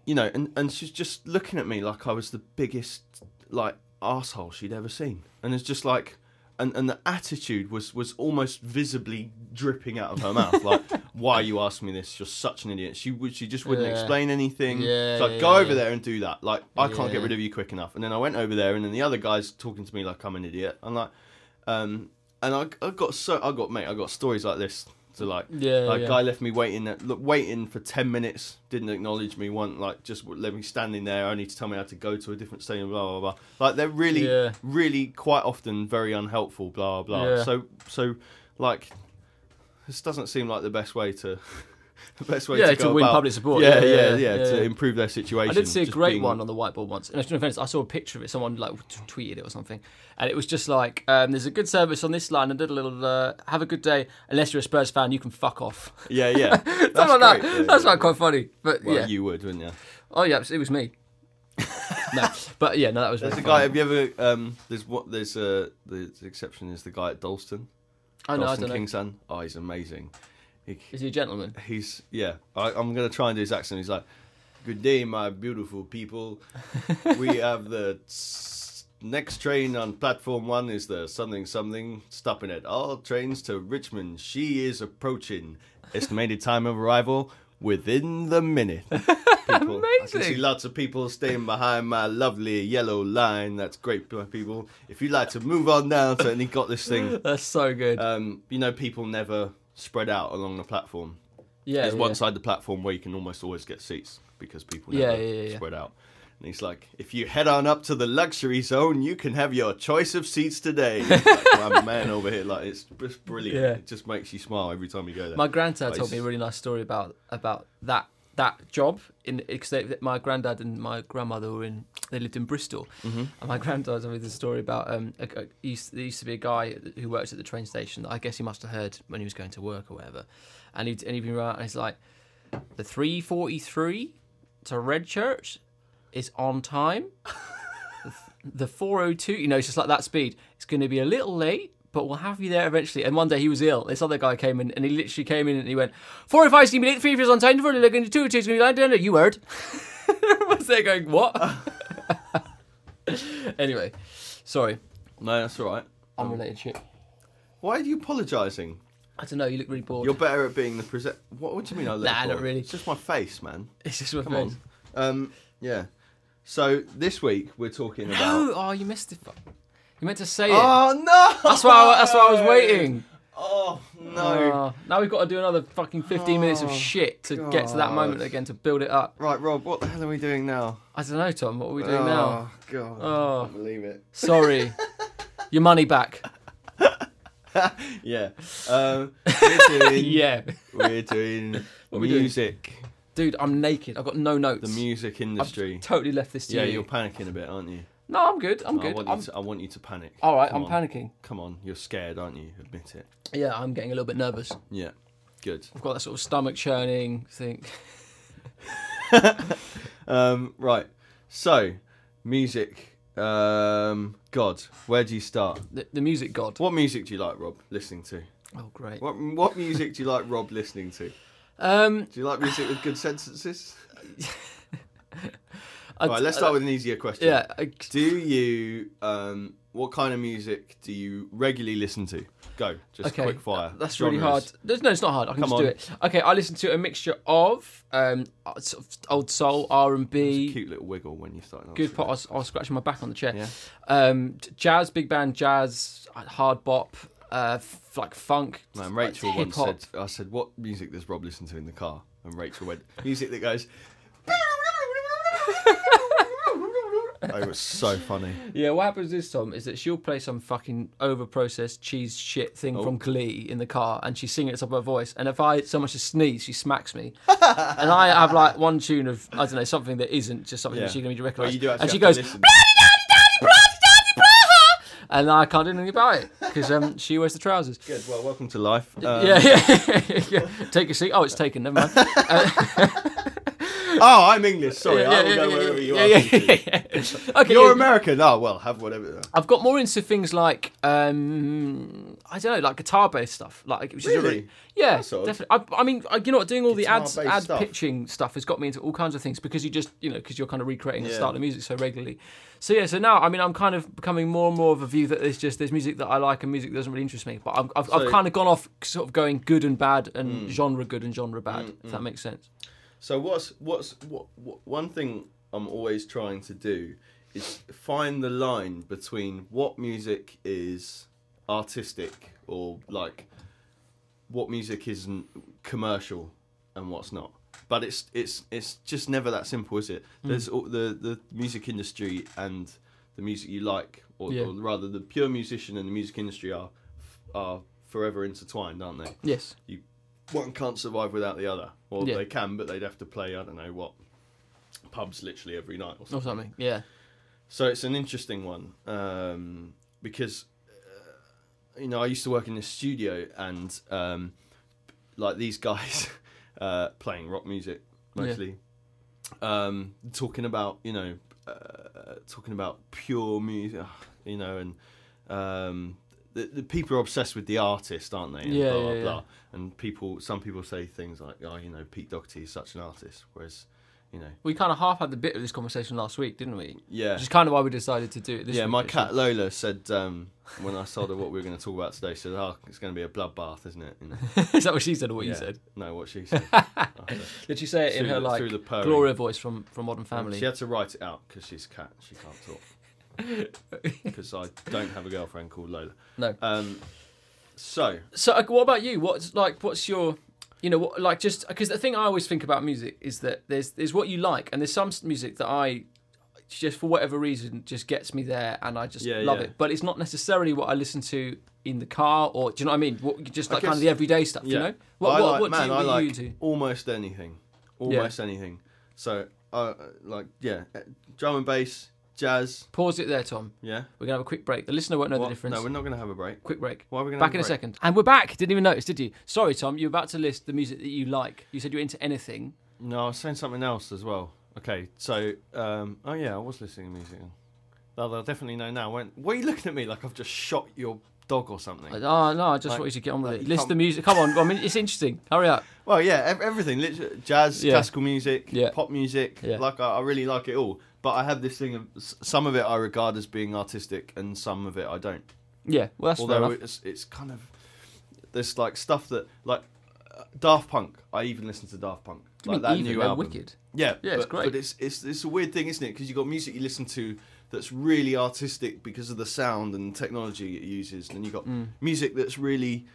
Speaker 1: you know, and, and she's just looking at me like I was the biggest like asshole she'd ever seen, and it's just like, and and the attitude was was almost visibly dripping out of her mouth,
Speaker 2: [laughs]
Speaker 1: like, why are you asking me this? You're such an idiot. She would she just wouldn't
Speaker 2: Yeah.
Speaker 1: explain anything.
Speaker 2: Yeah,
Speaker 1: so I'd
Speaker 2: yeah,
Speaker 1: go
Speaker 2: yeah,
Speaker 1: over
Speaker 2: yeah.
Speaker 1: there and do that. Like I can't
Speaker 2: Yeah.
Speaker 1: get rid of you quick enough. And then I went over there, and then the other guy's talking to me like I'm an idiot. I'm like, um, and I I got so I got mate, I got stories like this to like
Speaker 2: Yeah,
Speaker 1: like
Speaker 2: yeah.
Speaker 1: guy left me waiting, at- look, waiting for ten minutes. Didn't acknowledge me. One like just w- let me standing there. Only to tell me I had to go to a different stadium. Blah blah blah. Like they're really,
Speaker 2: Yeah.
Speaker 1: really quite often very unhelpful. Blah blah.
Speaker 2: Yeah.
Speaker 1: So so like this doesn't seem like the best way to [laughs] the best way
Speaker 2: Yeah,
Speaker 1: to,
Speaker 2: to
Speaker 1: go
Speaker 2: win
Speaker 1: about-
Speaker 2: public support.
Speaker 1: Yeah yeah
Speaker 2: Yeah,
Speaker 1: yeah,
Speaker 2: yeah, yeah,
Speaker 1: to
Speaker 2: yeah.
Speaker 1: improve their situation.
Speaker 2: I did see a
Speaker 1: Just
Speaker 2: great
Speaker 1: being-
Speaker 2: one on the whiteboard once. And no offense, I saw a picture of it. Someone like t- tweeted it or something, and it was just like, um, "There's a good service on this line." And little, little, uh, have a good day. Unless you're a Spurs fan, you can fuck off. [laughs]
Speaker 1: Yeah yeah. That's
Speaker 2: Something like
Speaker 1: great.
Speaker 2: that.
Speaker 1: Yeah,
Speaker 2: That's
Speaker 1: yeah,
Speaker 2: like quite funny. But
Speaker 1: yeah. Well,
Speaker 2: yeah.
Speaker 1: you would, wouldn't you?
Speaker 2: Oh yeah, it was- it was me.
Speaker 1: [laughs]
Speaker 2: no, but yeah, no, that was.
Speaker 1: There's a
Speaker 2: really
Speaker 1: guy.
Speaker 2: funny.
Speaker 1: Have you ever? Um, there's what? There's uh, the exception is the guy at Dalston.
Speaker 2: I know. I
Speaker 1: Dalston
Speaker 2: don't know.
Speaker 1: King's son. Oh, he's amazing. He,
Speaker 2: Is he a gentleman?
Speaker 1: [laughs] he's yeah. I, I'm gonna try and do his accent. He's like, "Good day, my beautiful people.
Speaker 2: [laughs]
Speaker 1: we have the s- next train on platform one is the something something stopping at all trains to Richmond. She is approaching. Estimated time of arrival within the
Speaker 2: [laughs]
Speaker 1: minute." People. I can see
Speaker 2: Amazing.
Speaker 1: lots of people staying behind my lovely yellow line. That's great, my people. If you'd like to move on down, so and he got this thing.
Speaker 2: That's so good.
Speaker 1: Um, you know, people never spread out along the platform.
Speaker 2: yeah.
Speaker 1: There's
Speaker 2: yeah,
Speaker 1: one
Speaker 2: yeah.
Speaker 1: side of the platform where you can almost always get seats because people
Speaker 2: Yeah,
Speaker 1: never
Speaker 2: yeah, yeah, yeah.
Speaker 1: spread out. And he's like, if you head on up to the luxury zone, you can have your choice of seats today.
Speaker 2: [laughs]
Speaker 1: It's like, my man over here, like, it's just brilliant.
Speaker 2: Yeah.
Speaker 1: It just makes you smile every time you go there.
Speaker 2: My granddad
Speaker 1: Like,
Speaker 2: told me a
Speaker 1: it's-
Speaker 2: really nice story about about that that job in because they- that my granddad and my grandmother were in they lived in Bristol
Speaker 1: Mm-hmm.
Speaker 2: and my granddad told me the story about um a, a, he used, there used to be a guy who worked at the train station that I guess he must have heard when he was going to work or whatever and he'd and he'd been around and he's like the three forty three to Redchurch is on time the 402 you know it's just like that speed it's going to be a little late but we'll have you there eventually and one day he was ill this other guy came in and he literally came in and he went 405 is going to be late 3 is on time 4 looking 2 2 is going to oh be late no, no, you heard [laughs] everyone's there going what anyway sorry
Speaker 1: No, that's all right.
Speaker 2: Unrelated shit.
Speaker 1: Why are you apologising?
Speaker 2: I don't know. You look really bored.
Speaker 1: You're better at being the present. What, what do you mean? I look
Speaker 2: Nah,
Speaker 1: bored?
Speaker 2: not really.
Speaker 1: It's just my face, man.
Speaker 2: it's just my
Speaker 1: Come on.
Speaker 2: face.
Speaker 1: Um, yeah. So this week we're
Speaker 2: [gasps]
Speaker 1: talking about.
Speaker 2: No. Oh, you missed it. Fuck. You meant to say it.
Speaker 1: Oh no!
Speaker 2: That's why. I, that's why I was waiting.
Speaker 1: Oh no!
Speaker 2: Oh, now we've got to do another fucking 15 minutes of
Speaker 1: Oh,
Speaker 2: shit to get to that
Speaker 1: God.
Speaker 2: moment again to build it up.
Speaker 1: Right, Rob. What the hell are we doing now?
Speaker 2: I don't know, Tom. What are we doing now?
Speaker 1: Oh god!
Speaker 2: Oh.
Speaker 1: I can't believe it.
Speaker 2: Sorry. Your money back.
Speaker 1: [laughs] Yeah. Um, we're doing.
Speaker 2: [laughs] Yeah.
Speaker 1: We're doing
Speaker 2: What are we doing?
Speaker 1: music.
Speaker 2: Dude, I'm naked. I've got no notes.
Speaker 1: The music industry.
Speaker 2: I've totally left this to
Speaker 1: yeah,
Speaker 2: you.
Speaker 1: you're panicking a bit, aren't you?
Speaker 2: No, I'm good. I'm
Speaker 1: I
Speaker 2: good.
Speaker 1: want
Speaker 2: I'm...
Speaker 1: you to, I want you to panic.
Speaker 2: All right,
Speaker 1: Come
Speaker 2: I'm
Speaker 1: on.
Speaker 2: panicking.
Speaker 1: Come on, you're scared, aren't you? Admit it.
Speaker 2: Yeah, I'm getting a little bit nervous.
Speaker 1: Yeah.
Speaker 2: [laughs]
Speaker 1: Good.
Speaker 2: I've got that sort of stomach churning thing.
Speaker 1: Um, right. So, music. Um, God, where do you start?
Speaker 2: The, the music god.
Speaker 1: What music do you like, Rob, listening to?
Speaker 2: Oh, great.
Speaker 1: What What music do you like, Rob, listening to?
Speaker 2: Um,
Speaker 1: Do you like music with good sentences?
Speaker 2: I-
Speaker 1: right, let's
Speaker 2: I-
Speaker 1: start with an easier question.
Speaker 2: Yeah. I-
Speaker 1: Do you? Um, what kind of music do you regularly listen to? Go, just
Speaker 2: Okay,
Speaker 1: quick fire.
Speaker 2: That's really hard.
Speaker 1: Genres.
Speaker 2: There's- No, it's not hard. I can
Speaker 1: Come
Speaker 2: just do it. Okay, I listen to a mixture of um, sort of old soul, R and
Speaker 1: It's a
Speaker 2: B,
Speaker 1: cute little wiggle when you start.
Speaker 2: good pop. I was, I was scratching my back on the chair.
Speaker 1: Yeah.
Speaker 2: Um, t- jazz, big band, jazz, hard bop, uh, f- like funk.
Speaker 1: Man,
Speaker 2: like
Speaker 1: Rachel once
Speaker 2: hip-hop.
Speaker 1: said, I said, what music does Rob listen to in the car? And Rachel went, music that goes. oh, it was so
Speaker 2: [laughs]
Speaker 1: funny.
Speaker 2: [laughs] Yeah, what happens this time is that she'll play some fucking over-processed cheese shit thing
Speaker 1: Oh.
Speaker 2: from Glee in the car, and she's singing at the top of her voice. And if I so much as sneeze, she
Speaker 1: [laughs]
Speaker 2: smacks me. and I have like one tune of I don't know something that isn't just something
Speaker 1: Yeah.
Speaker 2: that she's going to be
Speaker 1: Well,
Speaker 2: recognised.
Speaker 1: you do actually
Speaker 2: and she
Speaker 1: have
Speaker 2: goes,
Speaker 1: to listen.
Speaker 2: and I can't do anything about it because um, she wears the trousers.
Speaker 1: Good, well, welcome to life. Um,
Speaker 2: yeah, yeah, [laughs] yeah. Take your seat. Oh, it's
Speaker 1: [laughs]
Speaker 2: taken. Never mind.
Speaker 1: Oh, I'm English. Sorry,
Speaker 2: yeah,
Speaker 1: I will
Speaker 2: yeah,
Speaker 1: go
Speaker 2: yeah,
Speaker 1: wherever
Speaker 2: yeah,
Speaker 1: you
Speaker 2: yeah,
Speaker 1: are.
Speaker 2: yeah, [laughs] yeah. Okay.
Speaker 1: You're
Speaker 2: yeah.
Speaker 1: American. Oh, well, have whatever.
Speaker 2: I've got more into things like um, I don't know, like guitar-based stuff. Like, which is a
Speaker 1: Really?
Speaker 2: really- yeah,
Speaker 1: That's odd.
Speaker 2: definitely. I, I mean, I, you know what? Doing all the ads,
Speaker 1: Guitar-based
Speaker 2: ad
Speaker 1: stuff.
Speaker 2: pitching stuff has got me into all kinds of things because you just, you know, because you're kind of recreating the
Speaker 1: Yeah.
Speaker 2: style of music so regularly. So yeah, so now I mean, I'm kind of becoming more and more of a view that there's just there's music that I like and music that doesn't really interest me. But I'm, I've, I've
Speaker 1: So- Hmm.
Speaker 2: kind of gone off sort of going good and bad and genre good and genre bad. If that makes sense.
Speaker 1: So what's what's what, what one thing I'm always trying to do is find the line between what music is artistic or like what music isn't commercial and what's not. But it's it's it's just never that simple, is it? There's all, the the music industry and the music you like, or,
Speaker 2: Yeah.
Speaker 1: or rather, the pure musician and the music industry are are forever intertwined, aren't they?
Speaker 2: Yes.
Speaker 1: you one can't survive without the other. Or
Speaker 2: Yeah.
Speaker 1: they can, but they'd have to play I don't know what pubs literally every night or something.
Speaker 2: Or something. Yeah.
Speaker 1: So it's an interesting one um, because uh, you know I used to work in a studio and um, like these guys [laughs] uh, playing rock music mostly, um, talking about you know uh, talking about pure music, you know, and um, the, the people are obsessed with the artist, aren't they? And
Speaker 2: Yeah,
Speaker 1: blah blah
Speaker 2: yeah, yeah.
Speaker 1: blah. And people, some people say things like, "Oh, you know, Pete Doherty is such an artist," whereas you know,
Speaker 2: We kind of half had the bit of this conversation last week, didn't we?
Speaker 1: yeah,
Speaker 2: Which is kind of why we decided to do it this
Speaker 1: yeah,
Speaker 2: week,
Speaker 1: my
Speaker 2: actually.
Speaker 1: cat Lola said um, when I told her what we were going to talk about today, she said, "Oh, it's going to be a bloodbath, isn't it?" And,
Speaker 2: is that what she said or [laughs] what you
Speaker 1: yeah,
Speaker 2: said?
Speaker 1: No, what
Speaker 2: [laughs]
Speaker 1: she said. After.
Speaker 2: Did she say it in
Speaker 1: Through
Speaker 2: her
Speaker 1: the-
Speaker 2: like
Speaker 1: through the purring. Mm,
Speaker 2: Gloria voice from, from Modern Family?
Speaker 1: She had to write it out because she's a cat. She can't talk.
Speaker 2: [laughs]
Speaker 1: Because I don't have a girlfriend called Lola.
Speaker 2: No.
Speaker 1: Um, so
Speaker 2: So like, what about you? What's like what's your you know what like just because the thing I always think about music is that there's there's what you like and there's some s- music that I just for whatever reason just gets me there and I just
Speaker 1: Yeah,
Speaker 2: love
Speaker 1: yeah.
Speaker 2: it. But it's not necessarily what I listen to in the car or do you know what I mean? What just
Speaker 1: I
Speaker 2: like kind of
Speaker 1: guess-
Speaker 2: the everyday stuff,
Speaker 1: yeah,
Speaker 2: you know? What
Speaker 1: I
Speaker 2: what,
Speaker 1: like
Speaker 2: what
Speaker 1: man,
Speaker 2: do you,
Speaker 1: I
Speaker 2: what
Speaker 1: like
Speaker 2: you do?
Speaker 1: almost anything, almost anything. So uh, like yeah, eh, drum and bass, jazz.
Speaker 2: Pause it there, Tom.
Speaker 1: Yeah.
Speaker 2: We're gonna have a quick break. The listener won't know
Speaker 1: What?
Speaker 2: the difference.
Speaker 1: No, we're not going to have a break.
Speaker 2: quick break.
Speaker 1: Why are we going to
Speaker 2: Back in a second. And we're back. Didn't even notice, did you? Sorry, Tom, you're about to list the music that you like. You said you're into anything.
Speaker 1: No, I was saying something else as well. Okay, so um, oh yeah, I was listening to music. Well, they'll definitely know now. When, why are you looking at me like I've just shot your dog or something?
Speaker 2: Oh, no, I just
Speaker 1: Like-
Speaker 2: thought you should get on with
Speaker 1: like,
Speaker 2: it.
Speaker 1: you
Speaker 2: List
Speaker 1: can't-
Speaker 2: the music. Come on. I mean, it's interesting. Hurry up.
Speaker 1: Well, yeah, ev- everything. Literally, jazz,
Speaker 2: Yeah.
Speaker 1: classical music,
Speaker 2: Yeah.
Speaker 1: pop music.
Speaker 2: Yeah.
Speaker 1: Like I, I really like it all. But I have this thing of s- some of it I regard as being artistic, and some of it I don't.
Speaker 2: Yeah, well, that's fair
Speaker 1: Although
Speaker 2: enough.
Speaker 1: it's it's kind of there's like stuff that like uh, Daft Punk. I even listen to Daft Punk.
Speaker 2: What
Speaker 1: like
Speaker 2: do you mean
Speaker 1: that
Speaker 2: even?
Speaker 1: new
Speaker 2: They're
Speaker 1: album.
Speaker 2: wicked.
Speaker 1: Yeah,
Speaker 2: Yeah, it's
Speaker 1: but-
Speaker 2: great.
Speaker 1: But it's it's it's a weird thing, isn't it? Because you have got music you listen to that's really artistic because of the sound and technology it uses, and you have got
Speaker 2: Mm.
Speaker 1: music that's really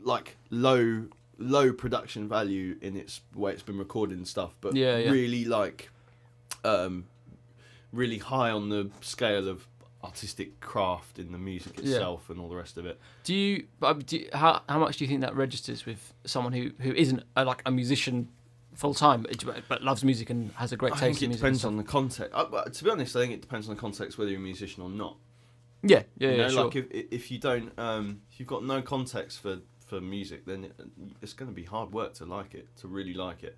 Speaker 1: like low low production value in its way it's been recorded and stuff, but
Speaker 2: Yeah, yeah.
Speaker 1: really like um really high on the scale of artistic craft in the music
Speaker 2: Yeah.
Speaker 1: itself and all the rest of it.
Speaker 2: Do you, but, um, do you- how, how much do you think that registers with someone who, who isn't a, like a musician full time, but, but loves music and has a great
Speaker 1: I
Speaker 2: taste
Speaker 1: think it
Speaker 2: in music? and
Speaker 1: depends
Speaker 2: stuff?
Speaker 1: on the context. Uh, well, to be honest, I think it depends on the context whether you're a musician or not.
Speaker 2: Yeah, yeah,
Speaker 1: you
Speaker 2: yeah,
Speaker 1: know,
Speaker 2: sure.
Speaker 1: like if if you don't, um, if you've got no context for for music, then it, it's going to be hard work to like it, to really like it,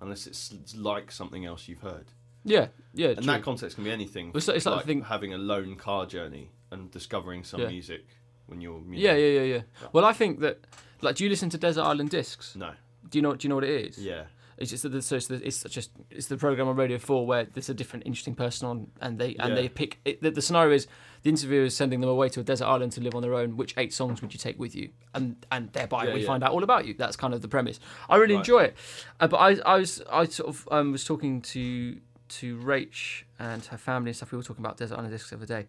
Speaker 1: unless it's like something else you've heard.
Speaker 2: yeah, yeah,
Speaker 1: And
Speaker 2: true.
Speaker 1: that context can be anything.
Speaker 2: It's like- it's like the thing-
Speaker 1: having a lone car journey and discovering some
Speaker 2: Yeah.
Speaker 1: music when you're. You
Speaker 2: yeah,
Speaker 1: know-
Speaker 2: yeah, yeah, yeah. Well, I think that, like, do you listen to Desert Island Discs?
Speaker 1: No.
Speaker 2: Do you know? Do you know what it is?
Speaker 1: Yeah.
Speaker 2: It's just that the- so it's, the, it's just it's the program on Radio Four where there's a different interesting person on, and they and
Speaker 1: Yeah.
Speaker 2: they pick. It, the, the scenario is the interviewer is sending them away to a desert island to live on their own. Which eight songs would you take with you? And and thereby
Speaker 1: Yeah,
Speaker 2: we
Speaker 1: yeah.
Speaker 2: find out all about you. That's kind of the premise. I really
Speaker 1: Right.
Speaker 2: enjoy it, uh, but I I was I sort of um, was talking to to Rach and her family and stuff. We were talking about Desert Island Discs the other day.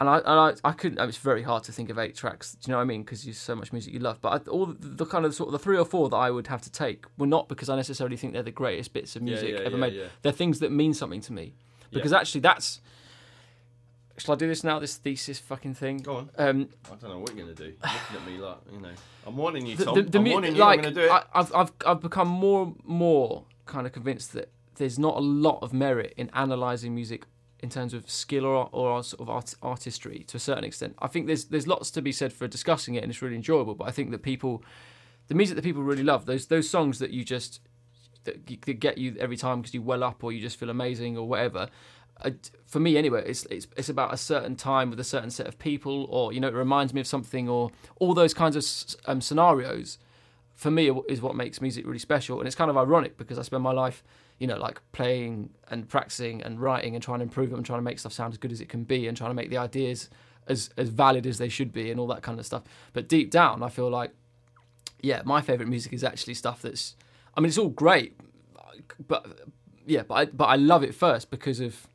Speaker 2: And I, and I, I couldn't. It's very hard to think of eight tracks. Do you know what I mean? Because there's so much music you love. But I, all the, the kind of sort of the three or four that I would have to take were not because I necessarily think they're the greatest bits of music
Speaker 1: yeah, yeah,
Speaker 2: ever made.
Speaker 1: yeah.
Speaker 2: They're things that mean something to me.
Speaker 1: Yeah.
Speaker 2: Because actually, that's. Shall I do this now? This thesis fucking thing.
Speaker 1: Go on.
Speaker 2: Um,
Speaker 1: I don't know what you're going to do. You're Looking at me like you know, I'm warning you,
Speaker 2: the,
Speaker 1: Tom.
Speaker 2: the, the
Speaker 1: I'm
Speaker 2: mu-
Speaker 1: warning you.
Speaker 2: like
Speaker 1: I'm going to do it.
Speaker 2: I, I've I've I've become more more kind of convinced that there's not a lot of merit in analysing music in terms of skill or or sort of art, artistry to a certain extent. I think there's there's lots to be said for discussing it and it's really enjoyable. But I think that people, the music that people really love, those those songs that you just that, g- that get you every time because you well up or you just feel amazing or whatever. I, for me, anyway, it's, it's it's about a certain time with a certain set of people, or you know, it reminds me of something, or all those kinds of s- um, scenarios. For me, are- is what makes music really special, and it's kind of ironic because I spend my life, you know, like playing and practicing and writing and trying to improve it and trying to make stuff sound as good as it can be and trying to make the ideas as as valid as they should be and all that kind of stuff. But deep down, I feel like yeah, my favorite music is actually stuff that's. I mean, it's all great, but yeah, but I, but I love it first because of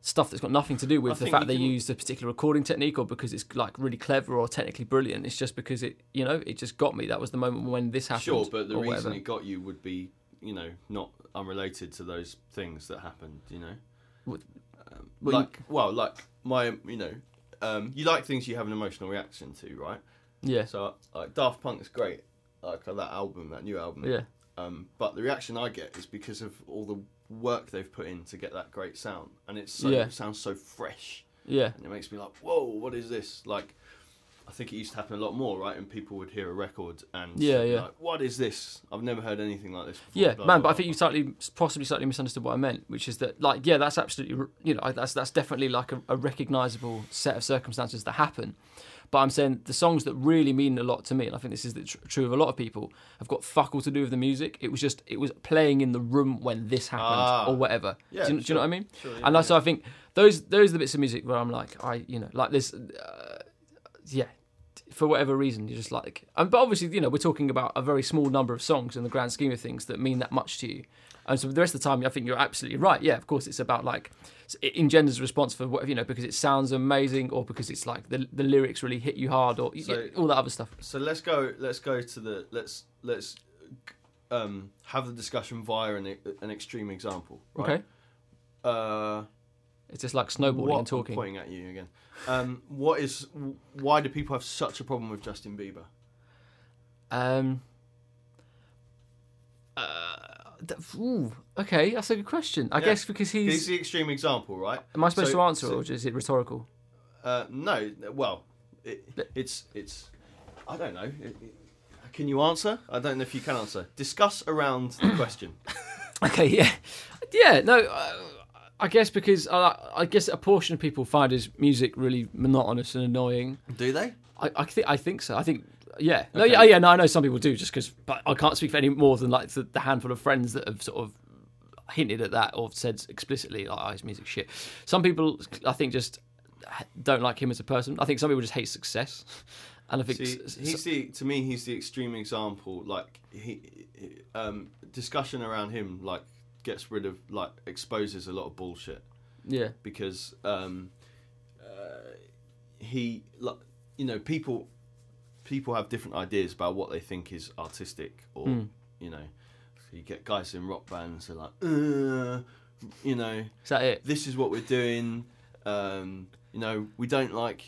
Speaker 2: stuff that's got nothing to do with
Speaker 1: I
Speaker 2: the
Speaker 1: think
Speaker 2: fact
Speaker 1: you
Speaker 2: they
Speaker 1: can-
Speaker 2: used a particular recording technique or because it's like really clever or technically brilliant. It's just because it, you know, it just got me. That was the moment when this happened.
Speaker 1: Sure, but the
Speaker 2: or
Speaker 1: reason
Speaker 2: whatever.
Speaker 1: it got you would be, you know, not unrelated to those things that happened. You know,
Speaker 2: What-
Speaker 1: um,
Speaker 2: well, you-
Speaker 1: like well, like my, you know, um, you like things you have an emotional reaction to, right?
Speaker 2: yeah,
Speaker 1: So like Daft Punk's great, like that album, that new album.
Speaker 2: yeah,
Speaker 1: Um, but the reaction I get is because of all the work they've put in to get that great sound, and it's so,
Speaker 2: Yeah.
Speaker 1: sounds so fresh
Speaker 2: yeah,
Speaker 1: and it makes me like, whoa, what is this? Like, I think it used to happen a lot more, right? And people would hear a record and
Speaker 2: Yeah,
Speaker 1: be
Speaker 2: yeah.
Speaker 1: like, what is this? I've never heard anything like this. Before.
Speaker 2: yeah,
Speaker 1: blah,
Speaker 2: man.
Speaker 1: blah,
Speaker 2: But I think
Speaker 1: blah.
Speaker 2: you slightly, possibly slightly misunderstood what I meant, which is that, like, yeah, that's absolutely, r- you know, I- that's that's definitely like a, a recognizable set of circumstances that happen. But I'm saying the songs that really mean a lot to me, and I think this is the tr- true of a lot of people, have got fuck all to do with the music. It was just it was playing in the room when this happened
Speaker 1: Ah.
Speaker 2: or whatever.
Speaker 1: Yeah,
Speaker 2: do, you, do you
Speaker 1: sure.
Speaker 2: know what I mean?
Speaker 1: Sure, yeah,
Speaker 2: and like, so I think those those are the bits of music where I'm like, I you know, like this, uh, yeah. For whatever reason, you're just like, and, but obviously, you know, we're talking about a very small number of songs in the grand scheme of things that mean that much to you. And so the rest of the time, I think you're absolutely right. Yeah, of course, it's about like it engenders a response for whatever you know because it sounds amazing or because it's like the the lyrics really hit you hard or
Speaker 1: So-
Speaker 2: all that other stuff.
Speaker 1: So let's go. Let's go to the. Let's let's um, have the discussion via an, an extreme example. Right?
Speaker 2: Okay,
Speaker 1: Uh,
Speaker 2: it's just like snowboarding
Speaker 1: what-
Speaker 2: and talking.
Speaker 1: I'm pointing at you again. Um, what is? Why do people have such a problem with Justin Bieber?
Speaker 2: Um. Uh, th- ooh, okay, that's a good question. I
Speaker 1: Yeah.
Speaker 2: guess because he's.
Speaker 1: He's the extreme example, right?
Speaker 2: am I supposed
Speaker 1: so-
Speaker 2: to answer
Speaker 1: so-
Speaker 2: or is it rhetorical?
Speaker 1: Uh, no, well, it, it's it's. I don't know. It, it- can you answer? I don't know if you can answer. Discuss around [coughs] the question.
Speaker 2: Okay, yeah, yeah. No, uh, I guess because uh, I guess a portion of people find his music really monotonous and annoying.
Speaker 1: Do they?
Speaker 2: I, I think I think so. I think yeah. No,
Speaker 1: Okay.
Speaker 2: yeah, yeah. No, I know some people do just because, but I can't speak for any more than like the, the handful of friends that have sort of hinted at that or said explicitly, like, oh, his music's shit. Some people, I think, just don't like him as a person. I think some people just hate success. [laughs] And I think
Speaker 1: See,
Speaker 2: s-
Speaker 1: he's the to me he's the extreme example. Like he, um, discussion around him like gets rid of like exposes a lot of bullshit
Speaker 2: yeah,
Speaker 1: because um, uh, he like you know people people have different ideas about what they think is artistic or
Speaker 2: Mm.
Speaker 1: you know you get guys in rock bands who are like uh, you know
Speaker 2: is that it?
Speaker 1: this is what we're doing. Um, you know, we don't like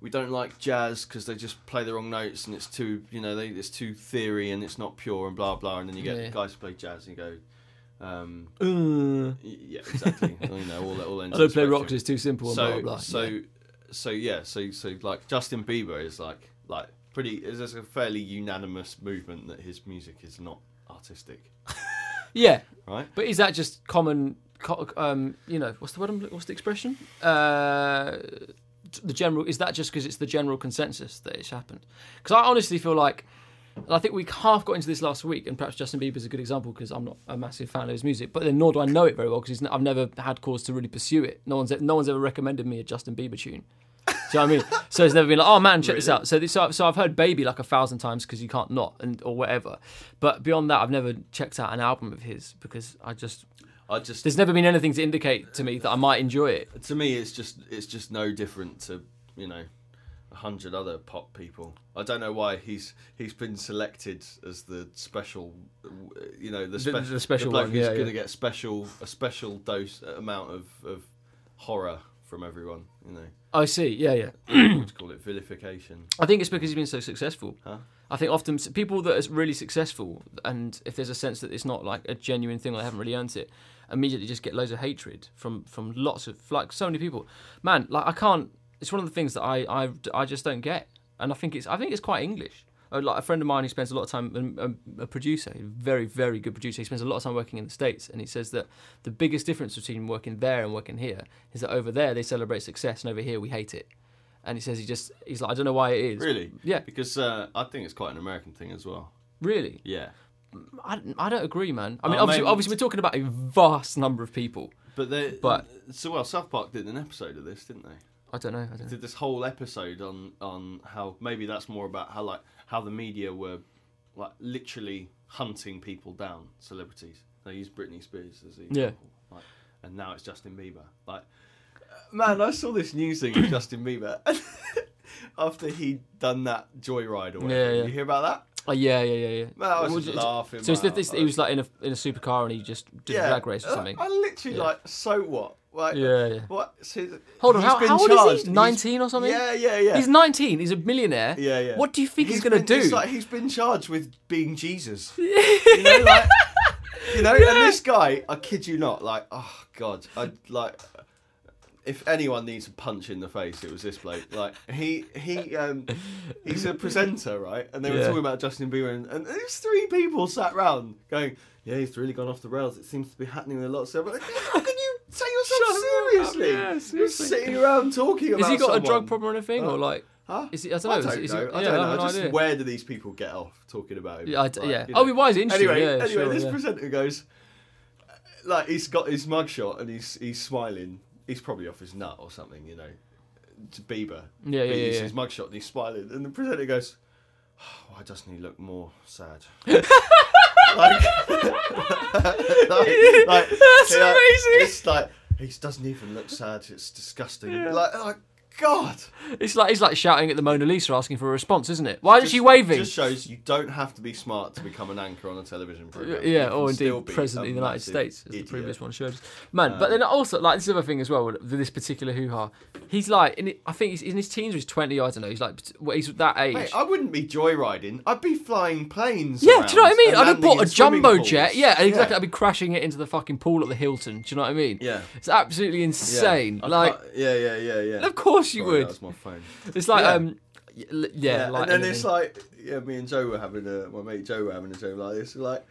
Speaker 1: we don't like jazz because they just play the wrong notes and it's too you know they, it's too theory and it's not pure and blah blah. And then you get
Speaker 2: Yeah.
Speaker 1: guys who play jazz and you go, um,
Speaker 2: Uh,
Speaker 1: y- yeah, exactly. [laughs] you know, all all ends.
Speaker 2: I
Speaker 1: of
Speaker 2: don't
Speaker 1: the
Speaker 2: play rock
Speaker 1: spectrum.
Speaker 2: 'cause it's too simple. and
Speaker 1: So
Speaker 2: blah, blah.
Speaker 1: so
Speaker 2: Yeah.
Speaker 1: so yeah. So so like Justin Bieber is like like pretty. There's a fairly unanimous movement that his music is not artistic.
Speaker 2: yeah,
Speaker 1: Right.
Speaker 2: But is that just common? co- Um, you know, what's the word? I'm, look- what's the expression? Uh, t- the general is that just because it's the general consensus that it's happened? Because I honestly feel like, and I think we half got into this last week, and perhaps Justin Bieber's a good example because I'm not a massive fan of his music, but then nor do I know it very well because I've never had cause to really pursue it. No one's e, no one's ever recommended me a Justin Bieber tune. Do you know what I mean? So it's never been like, oh man, check this out. So, this, so, I've- so I've heard Baby like a thousand times because you can't not and or whatever. But beyond that, I've never checked out an album of his because I just
Speaker 1: I just
Speaker 2: there's never been anything to indicate to me that I might enjoy it.
Speaker 1: to me it's just it's just no different to you know a hundred other pop people i don't know why he's he's been selected as the special uh, you know the,
Speaker 2: The-
Speaker 1: spe-
Speaker 2: the special
Speaker 1: bloke
Speaker 2: one,
Speaker 1: who's
Speaker 2: yeah,
Speaker 1: gonna
Speaker 2: yeah.
Speaker 1: get special a special dose uh, amount of of horror from everyone you know
Speaker 2: I see. Yeah, yeah.
Speaker 1: to call it vilification
Speaker 2: I think it's because he's been so successful.
Speaker 1: Huh?
Speaker 2: I think often s- people that are really successful, and if there's a sense that it's not like a genuine thing or they haven't really earned it, immediately just get loads of hatred from from lots of like so many people. Man, like I can't. It's one of the things that I I, I just don't get, and I think it's I think it's quite English. Uh, Like a friend of mine who spends a lot of time, um, a, a producer, a very very good producer. He spends a lot of time working in the states, and he says that the biggest difference between working there and working here is that over there they celebrate success, and over here we hate it. And he says he just he's like I don't know why it is.
Speaker 1: really
Speaker 2: Yeah.
Speaker 1: because uh, i think it's quite an american thing as well
Speaker 2: Really?
Speaker 1: yeah
Speaker 2: I, I don't agree, man. I mean,
Speaker 1: Oh,
Speaker 2: obviously,
Speaker 1: mate.
Speaker 2: obviously, we're talking about a vast number of people.
Speaker 1: but they
Speaker 2: But-
Speaker 1: so well south park did an episode of this didn't they
Speaker 2: I don't know. I don't know.
Speaker 1: did this whole episode on on how maybe that's more about how like how the media were like literally hunting people down, celebrities. They used Britney Spears as the
Speaker 2: Yeah.
Speaker 1: example, like, and now it's Justin Bieber. Like, uh, man, I saw this news thing
Speaker 2: [coughs]
Speaker 1: of Justin Bieber [laughs] after he'd done that Joyride or whatever.
Speaker 2: Yeah, yeah.
Speaker 1: You hear about that?
Speaker 2: Oh, yeah, yeah, yeah, yeah.
Speaker 1: Man, I was
Speaker 2: Well,
Speaker 1: just
Speaker 2: it's-
Speaker 1: laughing.
Speaker 2: So it's
Speaker 1: my
Speaker 2: the, this,
Speaker 1: ass off.
Speaker 2: he was like in a in a supercar and he just did a drag race or
Speaker 1: I-
Speaker 2: something.
Speaker 1: Uh, I literally
Speaker 2: Yeah.
Speaker 1: like, so what? Like,
Speaker 2: yeah, yeah.
Speaker 1: What? So
Speaker 2: Hold on,
Speaker 1: he's
Speaker 2: how,
Speaker 1: been
Speaker 2: how old
Speaker 1: charged.
Speaker 2: is he?
Speaker 1: He's-
Speaker 2: Nineteen or something?
Speaker 1: Yeah, yeah, yeah.
Speaker 2: He's nineteen. He's a millionaire.
Speaker 1: Yeah, yeah.
Speaker 2: What do you think he's,
Speaker 1: been-
Speaker 2: gonna do?
Speaker 1: It's like he's been charged with being
Speaker 2: [laughs]
Speaker 1: Jesus. you know, like, you know and this guy, I kid you not, like, oh god, I like. If anyone needs a punch in the face, it was this bloke. Like he he um he's a presenter, right? And they were
Speaker 2: Yeah.
Speaker 1: talking about Justin Bieber, and, and there's three people sat round going, "Yeah, he's really gone off the rails. It seems to be happening with a lot of stuff." Like, How can you take yourself
Speaker 2: Shut up.
Speaker 1: seriously?
Speaker 2: Yeah,
Speaker 1: You're
Speaker 2: seriously.
Speaker 1: sitting around talking about
Speaker 2: Has he got a drug
Speaker 1: someone.
Speaker 2: problem or anything, or
Speaker 1: Oh.
Speaker 2: like?
Speaker 1: Huh?
Speaker 2: Is he, I don't know.
Speaker 1: I
Speaker 2: is
Speaker 1: don't
Speaker 2: he- is he-
Speaker 1: know. I
Speaker 2: yeah,
Speaker 1: don't know.
Speaker 2: have no
Speaker 1: just
Speaker 2: idea.
Speaker 1: where do these people get off talking about him?
Speaker 2: Yeah, I d-
Speaker 1: Like,
Speaker 2: yeah.
Speaker 1: you
Speaker 2: Oh,
Speaker 1: know.
Speaker 2: he was interesting.
Speaker 1: Anyway,
Speaker 2: yeah,
Speaker 1: anyway,
Speaker 2: sure,
Speaker 1: this
Speaker 2: yeah.
Speaker 1: presenter goes, uh, like, he's got his mugshot and he's he's smiling. He's probably off his nut or something, you know. To Bieber,
Speaker 2: Yeah, yeah,
Speaker 1: But he's
Speaker 2: yeah,
Speaker 1: his mugshot and he's smiling, and the presenter goes, oh, "Why doesn't he look more sad?"
Speaker 2: [laughs]
Speaker 1: [laughs] like, like, like,
Speaker 2: That's
Speaker 1: you know,
Speaker 2: amazing.
Speaker 1: It's like he doesn't even look sad. It's disgusting. Like, like, God.
Speaker 2: It's like he's like shouting at the Mona Lisa, asking for a response, isn't it? Why is
Speaker 1: Just-
Speaker 2: she waving?
Speaker 1: Just shows you don't have to be smart to become an anchor on a television program.
Speaker 2: Yeah, or indeed President of the United States, as the previous one showed us. Man, but
Speaker 1: Um,
Speaker 2: then also, like, this is other thing as well, with this particular hoo ha. He's like, in, I think he's in his teens or he's 20, I don't know. He's like, well, he's that age.
Speaker 1: Mate, I wouldn't be joyriding. I'd be flying planes.
Speaker 2: yeah, do you know what I
Speaker 1: around
Speaker 2: mean?
Speaker 1: and
Speaker 2: I'd have
Speaker 1: landing
Speaker 2: bought a
Speaker 1: in swimming
Speaker 2: jumbo
Speaker 1: pools.
Speaker 2: jet. Yeah, and exactly. I'd be crashing it into the fucking pool at the Hilton. Do you know what I mean?
Speaker 1: Yeah.
Speaker 2: It's absolutely
Speaker 1: Yeah.
Speaker 2: insane.
Speaker 1: I
Speaker 2: Like,
Speaker 1: can't- yeah, yeah, yeah, yeah.
Speaker 2: of course you
Speaker 1: Sorry,
Speaker 2: would.
Speaker 1: That was my phone.
Speaker 2: It's like,
Speaker 1: Yeah.
Speaker 2: um, y- l- yeah, like,
Speaker 1: and then
Speaker 2: anything.
Speaker 1: it's like, yeah, me and Joe were having a, my mate Joe were having a joke like this. Like,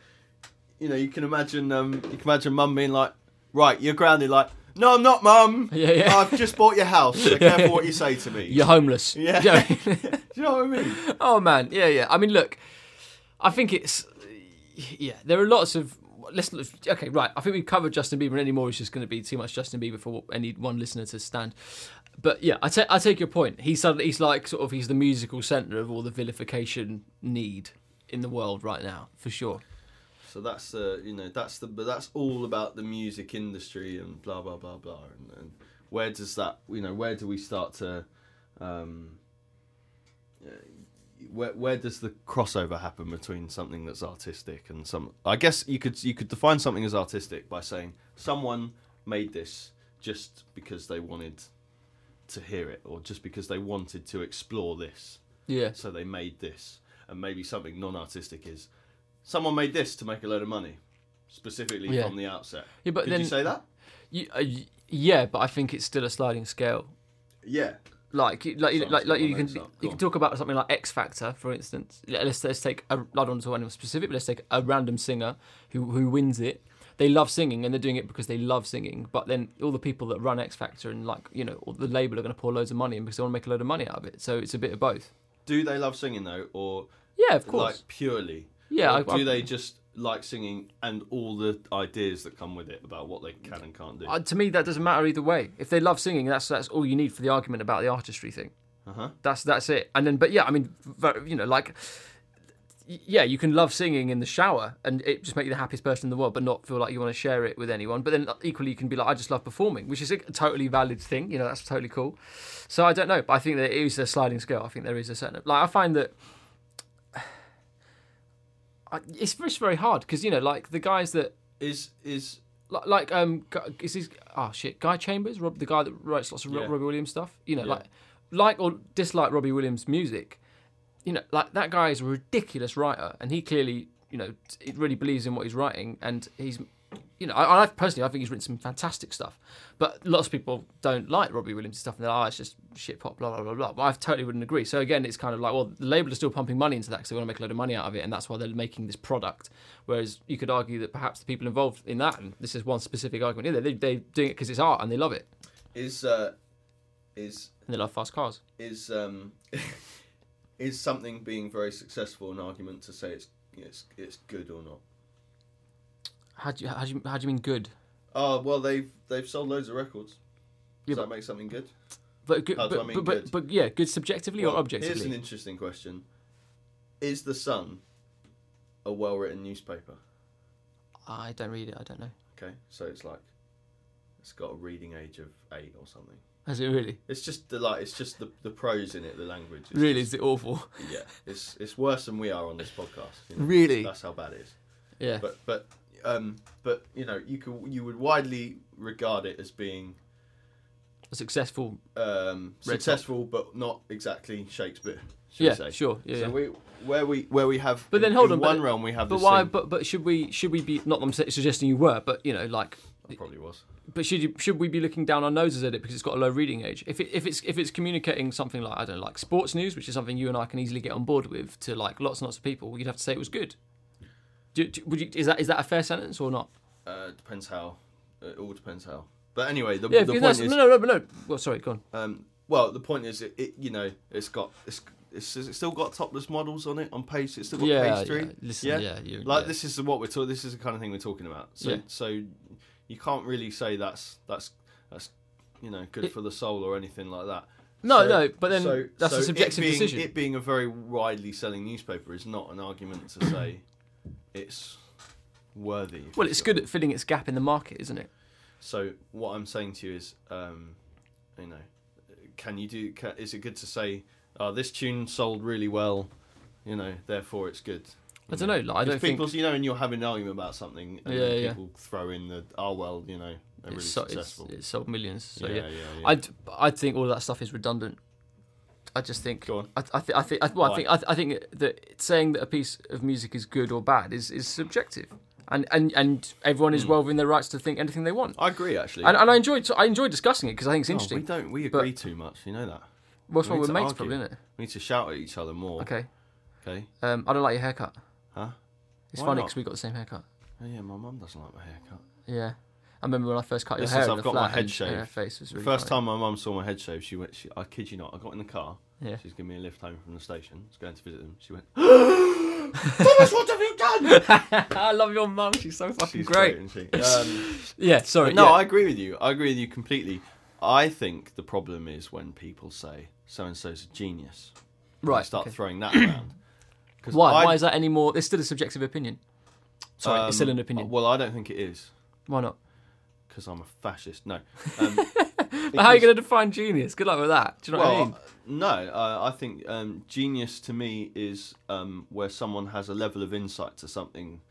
Speaker 1: you know, you can imagine, um, you can imagine mum being like, right, you're grounded. Like, no, I'm not, mum.
Speaker 2: [laughs] Yeah, yeah.
Speaker 1: I've just bought your house.
Speaker 2: [laughs]
Speaker 1: So careful what you say to me.
Speaker 2: you're homeless.
Speaker 1: Yeah.
Speaker 2: Do you know what
Speaker 1: [laughs]
Speaker 2: I mean?
Speaker 1: Do you know what I mean?
Speaker 2: Oh man, yeah, yeah. I mean, look, I think it's yeah. There are lots of let's okay, right. I think we've covered Justin Bieber, and any more is just going to be too much Justin Bieber for any one listener to stand. But yeah, I, ta- I take your point. He's suddenly he's like sort of he's the musical centre of all the vilification need in the world right now, for sure.
Speaker 1: So that's the you know that's the but that's all about the music industry and blah blah blah blah and, and where does that you know where do we start to um, uh, where where does the crossover happen between something that's artistic and some I guess you could you could define something as artistic by saying someone made this just because they wanted to hear it or just because they wanted to explore this
Speaker 2: Yeah,
Speaker 1: so they made this and maybe something non-artistic is someone made this to make a load of money specifically
Speaker 2: Yeah.
Speaker 1: from the outset
Speaker 2: yeah, but
Speaker 1: could
Speaker 2: then
Speaker 1: you say that
Speaker 2: you- uh, y- yeah, but I think it's still a sliding scale.
Speaker 1: yeah
Speaker 2: Like, you- like, you-
Speaker 1: Sorry,
Speaker 2: like,
Speaker 1: I've
Speaker 2: like
Speaker 1: got
Speaker 2: you
Speaker 1: my
Speaker 2: can
Speaker 1: notes up. Go
Speaker 2: you
Speaker 1: on.
Speaker 2: can talk about something like X Factor, for instance. Yeah, Let's let's take a, I don't want to anyone specific, but let's take a random singer who who wins it. They love singing and they're doing it because they love singing. But then all the people that run X Factor and like you know all the label are going to pour loads of money in because they want to make a load of money out of it. So it's a bit of both.
Speaker 1: do they love singing though or
Speaker 2: Yeah, of course.
Speaker 1: like purely
Speaker 2: yeah,
Speaker 1: Or
Speaker 2: I,
Speaker 1: do
Speaker 2: I-
Speaker 1: they just like singing and all the ideas that come with it about what they can and can't do?
Speaker 2: I- Uh, to me, that doesn't matter either way. If they love singing, that's that's all you need for the argument about the artistry thing.
Speaker 1: Uh-huh.
Speaker 2: That's that's it. And then, but yeah, I mean, ver- you know, like, y- yeah, you can love singing in the shower and it just make you the happiest person in the world, but not feel like you want to share it with anyone. But then equally, you can be like, I just love performing, which is a totally valid thing. You know, that's totally cool. So I don't know, but I think there is a sliding scale. I think there is a certain like I find that. [sighs] I- It's just very hard because you know, like the guys that
Speaker 1: Is is
Speaker 2: like, like um, Gu- is this oh shit, Guy Chambers, Rob, the guy that writes lots of Ro-
Speaker 1: Yeah.
Speaker 2: Robbie Williams stuff. You know,
Speaker 1: Yeah.
Speaker 2: like like or dislike Robbie Williams music. You know, like that guy is a ridiculous writer, and he clearly, you know, t- he really believes in what he's writing, and he's, you know, I, I personally I think he's written some fantastic stuff, but lots of people don't like Robbie Williams stuff, and they're like, oh, it's just shit pop, blah blah blah blah. But I totally wouldn't agree. So again, it's kind of like, well, the label is still pumping money into that because they want to make a load of money out of it, and that's why they're making this product. Whereas you could argue that perhaps the people involved in that, and this is one specific argument, here, they they're doing it because it's art and they love it
Speaker 1: is uh is
Speaker 2: and they love fast cars.
Speaker 1: is um [laughs] is something being very successful an argument to say it's it's it's good or not?
Speaker 2: How do you, how do you, how do you mean good?
Speaker 1: Oh well they've they've sold loads of records.
Speaker 2: Yeah,
Speaker 1: Does that make something good?
Speaker 2: But good,
Speaker 1: How do
Speaker 2: but,
Speaker 1: I mean
Speaker 2: but, but,
Speaker 1: good?
Speaker 2: but yeah, good subjectively or
Speaker 1: Well, Here's an
Speaker 2: objectively.
Speaker 1: interesting question. Is the Sun a well written newspaper?
Speaker 2: I don't read it. I don't know.
Speaker 1: Okay. So it's like it's got a reading age of eight or something.
Speaker 2: Has it really?
Speaker 1: It's just the like. It's just the, the prose in it, the language. It's
Speaker 2: Really,
Speaker 1: just-
Speaker 2: is
Speaker 1: [laughs]
Speaker 2: it awful?
Speaker 1: yeah. It's it's worse than we are on this podcast. you know.
Speaker 2: Really?
Speaker 1: That's how bad it is.
Speaker 2: Yeah.
Speaker 1: But but um but you know you could you would widely regard it as being
Speaker 2: A successful.
Speaker 1: um
Speaker 2: Red
Speaker 1: successful, but not exactly Shakespeare. shall we
Speaker 2: Yeah,
Speaker 1: say.
Speaker 2: sure. Yeah.
Speaker 1: So
Speaker 2: yeah.
Speaker 1: we where we where we have.
Speaker 2: But then
Speaker 1: in-
Speaker 2: hold
Speaker 1: in
Speaker 2: on, but-
Speaker 1: One realm we have.
Speaker 2: But
Speaker 1: this
Speaker 2: why?
Speaker 1: thing-
Speaker 2: But but should we should we be not? that I'm su- suggesting you were, but you know, like,
Speaker 1: I probably was.
Speaker 2: but should you should we be looking down our noses at it because it's got a low reading age? If it, if it's if it's communicating something like I don't know, like sports news, which is something you and I can easily get on board with to like lots and lots of people, you'd have to say it was good. Do, do, would you, is that is that a fair sentence or not?
Speaker 1: Uh, depends how. It all depends how. But anyway, the,
Speaker 2: Yeah,
Speaker 1: the
Speaker 2: because
Speaker 1: point
Speaker 2: that's-
Speaker 1: is.
Speaker 2: no, no, no, but no. Well, sorry, go on.
Speaker 1: Um, well, the point is, it, it you know, it's got it's, it's it's still got topless models on it on page. It's still got
Speaker 2: Yeah,
Speaker 1: page three.
Speaker 2: yeah. Listen, yeah, you-
Speaker 1: like
Speaker 2: yeah.
Speaker 1: this is what we're talking. This is the kind of thing we're talking about. So
Speaker 2: Yeah.
Speaker 1: so you can't really say that's that's that's you know good
Speaker 2: It-
Speaker 1: for the soul or anything like that.
Speaker 2: No,
Speaker 1: So-
Speaker 2: no, but then
Speaker 1: so-
Speaker 2: that's
Speaker 1: so
Speaker 2: a
Speaker 1: it
Speaker 2: subjective
Speaker 1: being-
Speaker 2: decision.
Speaker 1: It being a very widely selling newspaper is not an argument to
Speaker 2: [clears throat]
Speaker 1: say it's worthy. if
Speaker 2: well,
Speaker 1: you
Speaker 2: it's
Speaker 1: see what I
Speaker 2: good at filling its gap in the market, isn't it?
Speaker 1: so what I'm saying to you is, um, you know, can you do? Can, is it good to say, "Oh, this tune sold really well," you know, therefore it's good?
Speaker 2: I don't know. Like, I
Speaker 1: Because
Speaker 2: don't think
Speaker 1: people, you know, and you're having an argument about something, and
Speaker 2: Yeah,
Speaker 1: then
Speaker 2: yeah.
Speaker 1: people throw in the, "Oh, well, you know, they're really
Speaker 2: it's, so- it's,
Speaker 1: successful."
Speaker 2: it's sold millions. So
Speaker 1: yeah,
Speaker 2: yeah,
Speaker 1: yeah, yeah.
Speaker 2: I, d- I think all of that stuff is redundant. I just think.
Speaker 1: Go on.
Speaker 2: I, I, th- I think. I, well, I
Speaker 1: Why?
Speaker 2: think. I, th- I think that saying that a piece of music is good or bad is, is subjective, and and and everyone is well within their rights to think anything they want.
Speaker 1: Hmm. I agree, actually.
Speaker 2: And, and I enjoyed. I enjoyed discussing it because I think it's
Speaker 1: Oh, we
Speaker 2: interesting.
Speaker 1: don't we agree too much. You know that.
Speaker 2: What's
Speaker 1: we
Speaker 2: wrong
Speaker 1: need
Speaker 2: with
Speaker 1: to
Speaker 2: mates,
Speaker 1: argue.
Speaker 2: probably, isn't it?
Speaker 1: We need to shout at each other more. Okay.
Speaker 2: Okay. Um, I don't like your haircut.
Speaker 1: Huh?
Speaker 2: It's
Speaker 1: Why
Speaker 2: funny
Speaker 1: not?
Speaker 2: because we got the same haircut.
Speaker 1: Oh, yeah, my mum doesn't like my haircut.
Speaker 2: Yeah. I remember when I first cut your
Speaker 1: This
Speaker 2: hair.
Speaker 1: is-
Speaker 2: in
Speaker 1: I've
Speaker 2: the
Speaker 1: got my
Speaker 2: flat
Speaker 1: head
Speaker 2: and-
Speaker 1: shaved.
Speaker 2: and Her face was really
Speaker 1: First
Speaker 2: funny.
Speaker 1: time my mum saw my head shave, she went. She, I kid you not. I got in the car.
Speaker 2: Yeah.
Speaker 1: She's giving me a lift home from the station. I was going to visit them. She went, [gasps] Thomas, what have you done?
Speaker 2: [laughs] [laughs] I love your mum. She's so fucking
Speaker 1: She's
Speaker 2: great.
Speaker 1: isn't she? Um,
Speaker 2: Yeah, sorry.
Speaker 1: no,
Speaker 2: yeah.
Speaker 1: I agree with you. I agree with you completely. I think the problem is when people say so and so's a genius. They
Speaker 2: right.
Speaker 1: start
Speaker 2: okay.
Speaker 1: throwing that
Speaker 2: [clears throat]
Speaker 1: around. 'Cause
Speaker 2: Why?
Speaker 1: I-
Speaker 2: Why is that any more? It's still a subjective opinion. Sorry, it's still an
Speaker 1: um,
Speaker 2: opinion.
Speaker 1: Well, I don't think it is
Speaker 2: Why not?
Speaker 1: because I'm a fascist. No. Um,
Speaker 2: [laughs] But how are you going to define genius? Good luck with that. Do you know what I mean?
Speaker 1: Well, no, uh, I think um, genius to me is um, where someone has a level of insight to something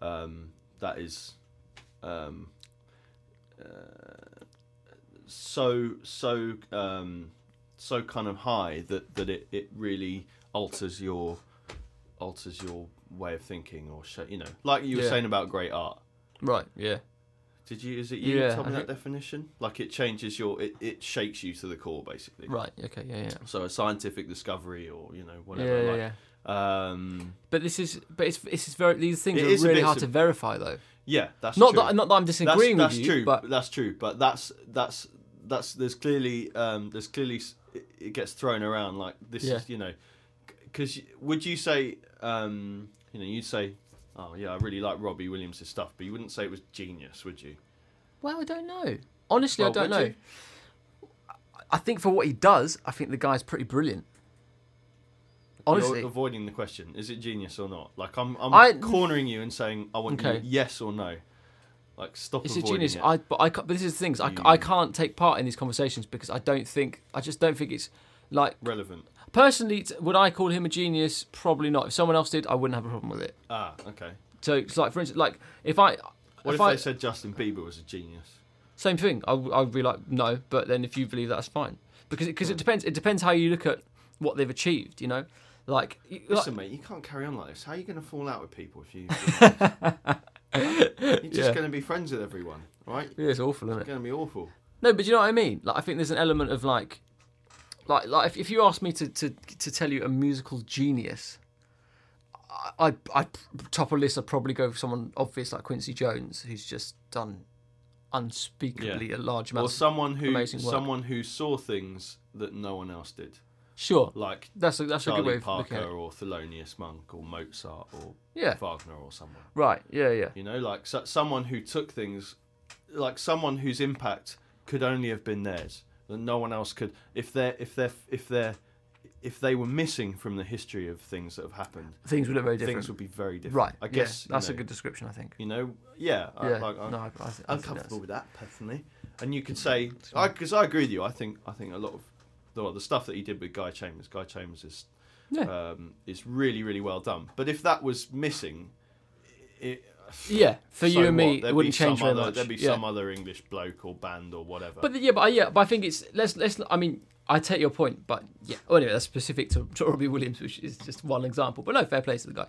Speaker 1: um, that is um, uh, so so um, so kind of high that that it, it really alters your alters your way of thinking or sh- you know like you were
Speaker 2: Yeah.
Speaker 1: saying about great art
Speaker 2: Right. Yeah.
Speaker 1: did you is it you
Speaker 2: Yeah,
Speaker 1: that told me
Speaker 2: I
Speaker 1: that definition like it changes your it, it shakes you to the core basically
Speaker 2: Right. Okay. Yeah. Yeah.
Speaker 1: so a scientific discovery or you know
Speaker 2: yeah,
Speaker 1: whatever
Speaker 2: yeah,
Speaker 1: like,
Speaker 2: yeah.
Speaker 1: um
Speaker 2: But this is, but it's, it's is very. These things
Speaker 1: It is
Speaker 2: are
Speaker 1: a
Speaker 2: really
Speaker 1: bit
Speaker 2: hard
Speaker 1: sub-
Speaker 2: to verify, though.
Speaker 1: yeah that's
Speaker 2: Not
Speaker 1: true.
Speaker 2: that, not that I'm
Speaker 1: that's,
Speaker 2: disagreeing
Speaker 1: that's
Speaker 2: with you,
Speaker 1: true
Speaker 2: but
Speaker 1: that's true but that's that's that's there's clearly um there's clearly s- it, it gets thrown around like this
Speaker 2: Yeah.
Speaker 1: is you know because would you say um you know you'd say oh yeah i really like robbie williams' stuff but you wouldn't say it was genius would you
Speaker 2: well, I don't know. Honestly,
Speaker 1: Well,
Speaker 2: I don't
Speaker 1: would
Speaker 2: know.
Speaker 1: you?
Speaker 2: I think for what he does, I think the guy's pretty brilliant. Honestly,
Speaker 1: You're avoiding the question. Is it genius or not? Like I'm, I'm
Speaker 2: I-
Speaker 1: cornering you and saying I want
Speaker 2: Okay.
Speaker 1: you yes or no. Like stop
Speaker 2: It's a
Speaker 1: avoiding
Speaker 2: genius.
Speaker 1: it. Mm.
Speaker 2: I but I can't, but this is the things I,
Speaker 1: You-
Speaker 2: I can't take part in these conversations because I don't think I just don't think it's like
Speaker 1: Relevant.
Speaker 2: personally t- would I call him a genius? Probably not. If someone else did, I wouldn't have a problem with it.
Speaker 1: Ah, okay.
Speaker 2: So it's like for instance, like if I
Speaker 1: What if,
Speaker 2: if I
Speaker 1: they said Justin Bieber was a genius?
Speaker 2: same thing, I w- I would be like no. But then if you believe that, that's fine because because
Speaker 1: Hmm.
Speaker 2: it depends. It depends how you look at what they've achieved. You know, like, you- like
Speaker 1: Listen, mate, you can't carry on like this. How are you going to fall out with people
Speaker 2: [laughs]
Speaker 1: if you? You're just
Speaker 2: Yeah.
Speaker 1: going to be friends with everyone, right?
Speaker 2: yeah, it's awful, isn't it?
Speaker 1: It's going to be awful.
Speaker 2: No, but you know what I mean. Like, I think there's an element of like, like, like if, if you ask me to, to to tell you a musical genius, I, I I top of list I'd probably go for someone obvious like Quincy Jones, who's just done unspeakably a large amount.
Speaker 1: Or
Speaker 2: of
Speaker 1: someone who
Speaker 2: amazing work.
Speaker 1: someone who saw things that no one else did,
Speaker 2: sure,
Speaker 1: like
Speaker 2: that's a, that's a good
Speaker 1: Charlie
Speaker 2: way of
Speaker 1: Parker
Speaker 2: looking at it.
Speaker 1: or Thelonious Monk or Mozart or
Speaker 2: Yeah,
Speaker 1: Wagner or someone.
Speaker 2: right. Yeah, yeah.
Speaker 1: You know, like so, someone who took things, like someone whose impact could only have been theirs, that no one else could. If they are if they are if they are if they were missing from the history of things that have happened,
Speaker 2: Things would look very different.
Speaker 1: things would be very different.
Speaker 2: right.
Speaker 1: I
Speaker 2: yeah,
Speaker 1: guess you
Speaker 2: that's a
Speaker 1: know,
Speaker 2: good description. I think.
Speaker 1: You know, yeah.
Speaker 2: yeah.
Speaker 1: I, like, I'm
Speaker 2: no, I, I, th- I think
Speaker 1: uncomfortable
Speaker 2: that's-
Speaker 1: with that personally. And you could say, because I, agree with you. I think I think a lot of the, the stuff that he did with Guy Chambers, Guy Chambers is
Speaker 2: Yeah.
Speaker 1: um, is really really well done. But if that was missing. It,
Speaker 2: Yeah, for you
Speaker 1: so
Speaker 2: and
Speaker 1: what?
Speaker 2: me,
Speaker 1: There'd
Speaker 2: it wouldn't
Speaker 1: be some
Speaker 2: change very
Speaker 1: other-
Speaker 2: much.
Speaker 1: There'd be
Speaker 2: yeah.
Speaker 1: some other English bloke or band or whatever.
Speaker 2: But yeah, but I- yeah, but I think it's let's let's. I mean, I take your point, but yeah. Well, anyway, that's specific to, to Robbie Williams, which is just one example. But no, fair play to the guy.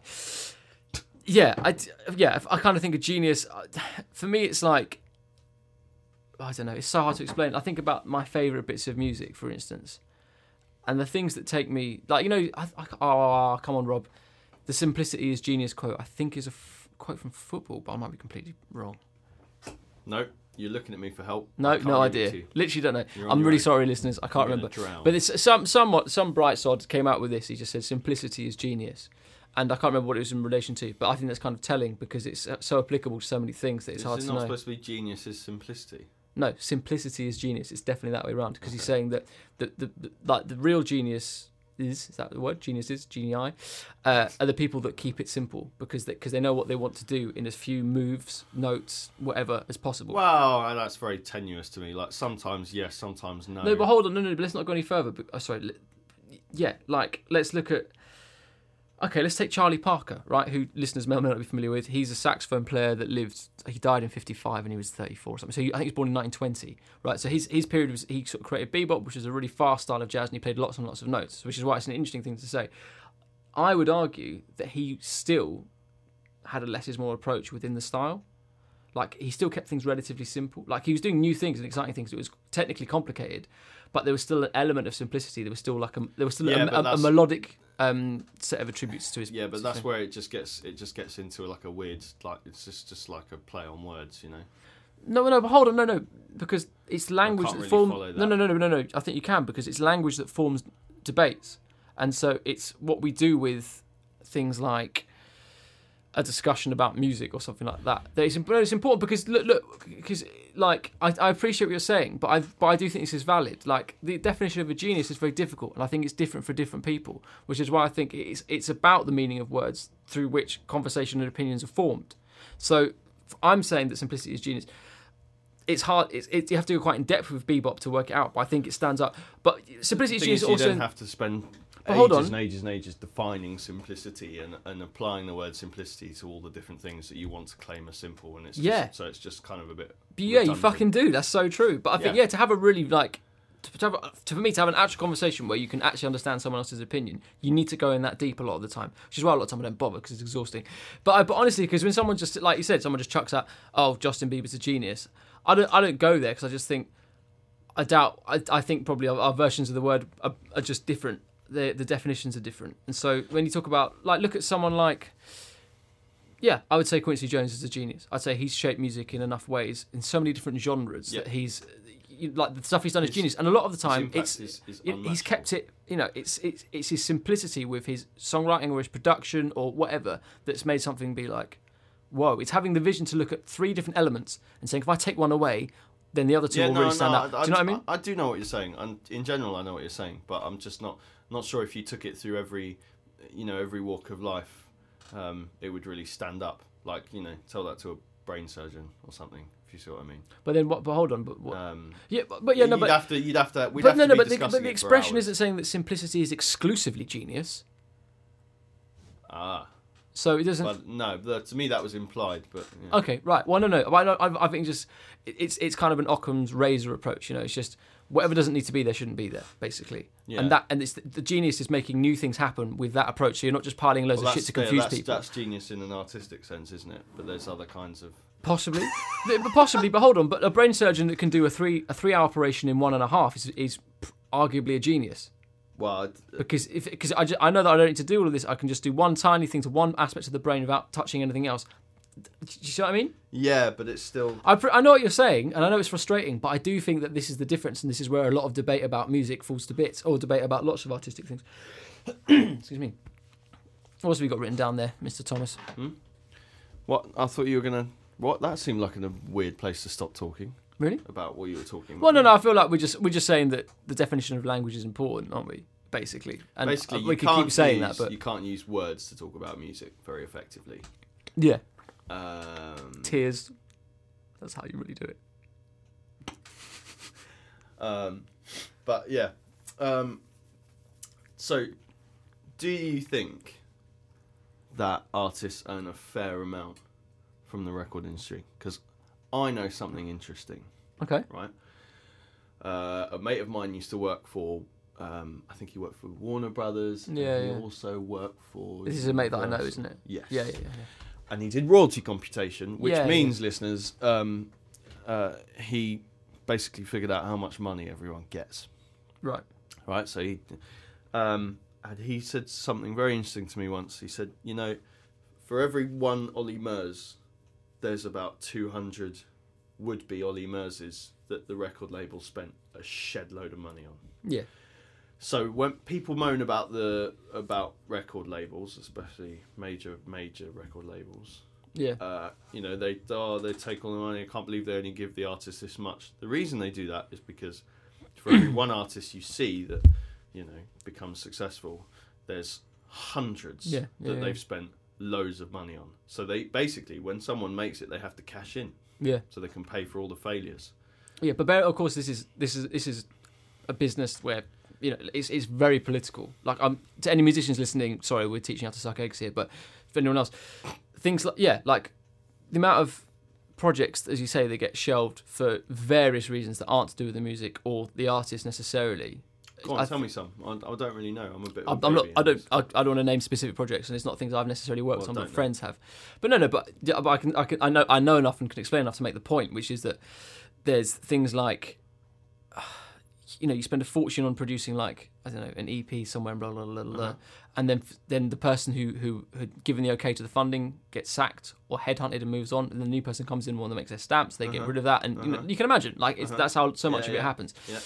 Speaker 2: Yeah, I d- yeah, I kind of think a genius. uh, For me, it's like I don't know. It's so hard to explain. I think about my favorite bits of music, for instance, and the things that take me like you know. I, I, oh, come on, Rob. The simplicity is genius quote. I think is a f- quote from football, but I might be completely wrong.
Speaker 1: no, you're looking at me for help. I
Speaker 2: No,
Speaker 1: can't
Speaker 2: no
Speaker 1: give it
Speaker 2: idea.
Speaker 1: to you.
Speaker 2: Literally don't know.
Speaker 1: You're on
Speaker 2: I'm
Speaker 1: your
Speaker 2: really
Speaker 1: own.
Speaker 2: sorry, listeners. I can't
Speaker 1: You're
Speaker 2: remember.
Speaker 1: gonna drown.
Speaker 2: But it's some somewhat some bright sod came out with this. He just said simplicity is genius, and I can't remember what it was in relation to. But I think that's kind of telling because it's uh, so applicable to so many things that it's
Speaker 1: Is
Speaker 2: hard
Speaker 1: it
Speaker 2: to
Speaker 1: not
Speaker 2: know.
Speaker 1: supposed to be genius's simplicity?
Speaker 2: No, simplicity is genius. It's definitely that way around because he's saying that the, the, the like the real genius is is that the word genius is genii uh, are the people that keep it simple because they, cause they know what they want to do in as few moves, notes, whatever as possible.
Speaker 1: Wow, that's very tenuous to me. Like sometimes yes, sometimes no.
Speaker 2: No, but hold on, no, no, but let's not go any further. But, oh, sorry, le- yeah, like let's look at. Okay, let's take Charlie Parker, right? Who listeners may or may not be familiar with. He's a saxophone player that lived. He died in '55 and he was 34 or something. So he, I think he was born in 1920, right? So his his period was he sort of created bebop, which is a really fast style of jazz, and he played lots and lots of notes, which is why it's an interesting thing to say. I would argue that he still had a less is more approach within the style like he still kept things relatively simple like he was doing new things and exciting things it was technically complicated but there was still an element of simplicity there was still like a there was still a-
Speaker 1: Yeah, but
Speaker 2: a, a
Speaker 1: that's-
Speaker 2: melodic um set of attributes to his
Speaker 1: Yeah, but that's
Speaker 2: thing.
Speaker 1: where it just gets it just gets into like a weird like it's just just like a play on words, you know.
Speaker 2: no no but hold on no no because it's language
Speaker 1: can't
Speaker 2: that
Speaker 1: really
Speaker 2: forms
Speaker 1: follow that.
Speaker 2: no no no no no no i think you can because it's language that forms debates and so it's what we do with things like a discussion about music or something like that. That It's, imp- it's important because look, look, because like I, I appreciate what you're saying, but I but I do think this is valid. Like the definition of a genius is very difficult, and I think it's different for different people, which is why I think it's it's about the meaning of words through which conversation and opinions are formed. So f- I'm saying that simplicity is genius. It's hard. It's, it, you have to go quite in depth with bebop to work it out, but I think it stands out. But
Speaker 1: The thing
Speaker 2: simplicity is
Speaker 1: is,
Speaker 2: genius
Speaker 1: you
Speaker 2: also
Speaker 1: don't have to spend
Speaker 2: But
Speaker 1: ages
Speaker 2: hold on.
Speaker 1: and ages and ages defining simplicity and, and applying the word simplicity to all the different things that you want to claim are simple. And it's just,
Speaker 2: Yeah.
Speaker 1: so it's just kind of a bit.
Speaker 2: But yeah, you
Speaker 1: redundant.
Speaker 2: fucking do. That's so true. But I think
Speaker 1: Yeah.
Speaker 2: yeah, to have a really like to, to have a- to- for me to have an actual conversation where you can actually understand someone else's opinion, you need to go in that deep a lot of the time, which is why a lot of time I don't bother because it's exhausting. But I, but honestly, because when someone just like you said, someone just chucks out, oh, Justin Bieber's a genius. I don't I don't go there because I just think I doubt. I, I think probably our, our versions of the word are, are just different. The the definitions are different, and so when you talk about like look at someone like. Yeah, I would say Quincy Jones is a genius. I'd say he's shaped music in enough ways in so many different genres
Speaker 1: Yeah.
Speaker 2: that he's you, like the stuff he's done is
Speaker 1: His-
Speaker 2: genius, and a lot of the time
Speaker 1: impact is-
Speaker 2: it's
Speaker 1: is
Speaker 2: it- he's
Speaker 1: unmatchable.
Speaker 2: kept it. You know, it's it's it's his simplicity with his songwriting or his production or whatever that's made something be like, whoa! It's having the vision to look at three different elements and saying if I take one away, then the other two will really stand out. Do you know what I mean?
Speaker 1: I, do know what you're saying. And in general, I know what you're saying, but I'm just not not sure if you took it through every, you know, every walk of life, um, it would really stand up. Like you know, tell that to a brain surgeon or something. If you see what I mean.
Speaker 2: But then what? But hold on. But what?
Speaker 1: Um,
Speaker 2: yeah, but, but yeah, no,
Speaker 1: you'd
Speaker 2: but
Speaker 1: have to, you'd have to, we'd
Speaker 2: but
Speaker 1: have
Speaker 2: no,
Speaker 1: to
Speaker 2: no,
Speaker 1: be
Speaker 2: but the,
Speaker 1: discussing
Speaker 2: but the
Speaker 1: it for
Speaker 2: expression
Speaker 1: hours.
Speaker 2: isn't saying that simplicity is exclusively genius.
Speaker 1: ah,
Speaker 2: So it doesn't.
Speaker 1: but no, but to me that was implied. But yeah.
Speaker 2: Okay, right. Well, no, no. I, I, I think just it- it's it's kind of an Occam's razor approach. You know, it's just whatever doesn't need to be there shouldn't be there, basically.
Speaker 1: Yeah.
Speaker 2: And that and it's the genius is making new things happen with that approach. So you're not just piling loads
Speaker 1: Well,
Speaker 2: of shit
Speaker 1: that's,
Speaker 2: to
Speaker 1: yeah,
Speaker 2: confuse
Speaker 1: that's,
Speaker 2: people.
Speaker 1: that's genius in an artistic sense, isn't it? But there's other kinds of. [laughs]
Speaker 2: Possibly, Th- but possibly. But hold on. But a brain surgeon that can do a three a three hour operation in one and a half is is arguably a genius.
Speaker 1: Well, I'd-
Speaker 2: because if because I, ju- I know that I don't need to do all of this. I can just do one tiny thing to one aspect of the brain without touching anything else. Do you see what I mean?
Speaker 1: yeah, but it's still.
Speaker 2: I, pr- I know what you're saying, and I know it's frustrating, but I do think that this is the difference, and this is where a lot of debate about music falls to bits, or debate about lots of artistic things. [clears throat] Excuse me. What else have we got written down there, Mr. Thomas?
Speaker 1: What I thought you were gonna. What that seemed like a weird place to stop talking
Speaker 2: Really?
Speaker 1: about what you were talking.
Speaker 2: Well, no,
Speaker 1: about.
Speaker 2: no. I feel like we're just we're just saying that the definition of language is important, aren't we? Basically, and
Speaker 1: Basically,
Speaker 2: uh,
Speaker 1: you
Speaker 2: we could
Speaker 1: can't
Speaker 2: keep saying
Speaker 1: use,
Speaker 2: that, but
Speaker 1: you can't use words to talk about music very effectively.
Speaker 2: yeah,
Speaker 1: Um,
Speaker 2: tears. That's how you really do it.
Speaker 1: um, but yeah, um, so do you think that artists earn a fair amount from the record industry? Because I know something interesting.
Speaker 2: Okay.
Speaker 1: right? Uh, a mate of mine used to work for, um, I think he worked for Warner Brothers. and
Speaker 2: Yeah,
Speaker 1: He
Speaker 2: yeah.
Speaker 1: also worked for.
Speaker 2: This is a mate that I know,
Speaker 1: Universal.
Speaker 2: isn't it?
Speaker 1: Yes.
Speaker 2: Yeah, yeah, yeah.
Speaker 1: And he did royalty computation, which
Speaker 2: Yeah,
Speaker 1: means, listeners, um, uh, he basically figured out how much money everyone gets,
Speaker 2: Right.
Speaker 1: right? So he, um, and he said something very interesting to me once. He said, you know, for every one Ollie Murs, there's about 200 would be Ollie Murses that the record label spent a shed load of money on.
Speaker 2: Yeah.
Speaker 1: So when people moan about the about record labels, especially major major record labels,
Speaker 2: Yeah.
Speaker 1: uh, you know they oh, they take all the money. I can't believe they only give the artist this much. The reason they do that is because for
Speaker 2: [clears throat]
Speaker 1: every one artist you see that you know becomes successful, there's hundreds
Speaker 2: Yeah,
Speaker 1: that
Speaker 2: yeah,
Speaker 1: they've
Speaker 2: yeah.
Speaker 1: spent loads of money on. So they basically when someone makes it, they have to cash in
Speaker 2: Yeah.
Speaker 1: so they can pay for all the failures.
Speaker 2: Yeah. But bear, of course, this is this is this is a business where you know it's it's very political. Like, um, to any musicians listening, sorry, we're teaching how to suck eggs here, but for anyone else, things like yeah, like the amount of projects, as you say, that get shelved for various reasons that aren't to do with the music or the artist necessarily.
Speaker 1: Go on,
Speaker 2: I-
Speaker 1: tell me some. I, I don't really know. I'm a bit. of a
Speaker 2: I'm, I'm not.
Speaker 1: baby
Speaker 2: I
Speaker 1: in
Speaker 2: don't.
Speaker 1: this.
Speaker 2: I, I don't want to name specific projects, and it's not things I've necessarily worked
Speaker 1: Well,
Speaker 2: on,
Speaker 1: don't
Speaker 2: but
Speaker 1: know.
Speaker 2: friends have. But no, no. But, yeah, but I can. I can. I know. I know enough and can explain enough to make the point, which is that there's things like, [sighs] you know, you spend a fortune on producing like I don't know an EP somewhere, blah blah blah blah, blah.
Speaker 1: Uh-huh.
Speaker 2: and then then the person who who had given the okay to the funding gets sacked or headhunted and moves on, and the new person comes in, one that makes their stamps, they get
Speaker 1: Uh-huh.
Speaker 2: rid of that, and you, know,
Speaker 1: Uh-huh.
Speaker 2: you can imagine like it's,
Speaker 1: Uh-huh.
Speaker 2: that's how so much
Speaker 1: Yeah,
Speaker 2: of it
Speaker 1: yeah.
Speaker 2: happens.
Speaker 1: Yeah.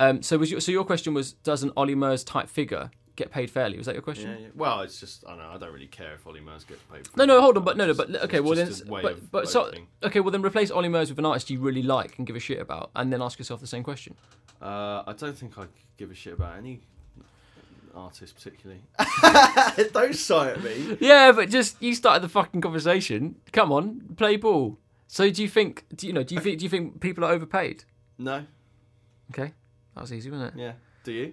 Speaker 2: Um, so was your, so your question was does an Ollie Murs type figure get paid fairly. Was that your question?
Speaker 1: Yeah, yeah. Well, it's just I don't know. I don't really care if Ollie Murs gets paid. For
Speaker 2: No,
Speaker 1: it.
Speaker 2: no, hold on, but no, no,
Speaker 1: It's
Speaker 2: but
Speaker 1: just-
Speaker 2: okay,
Speaker 1: it's
Speaker 2: well then,
Speaker 1: just a way
Speaker 2: but,
Speaker 1: of
Speaker 2: but so
Speaker 1: voting.
Speaker 2: okay, well then replace Ollie Murs with an artist you really like and give a shit about, and then ask yourself the same question.
Speaker 1: Uh, I don't think I give a shit about any artist particularly. [laughs] don't sigh at me.
Speaker 2: Yeah, but just you started the fucking conversation. Come on, play ball. So do you think? Do you know? Do you think? Do you think people are overpaid?
Speaker 1: No.
Speaker 2: Okay, that was easy, wasn't it?
Speaker 1: Yeah. Do you?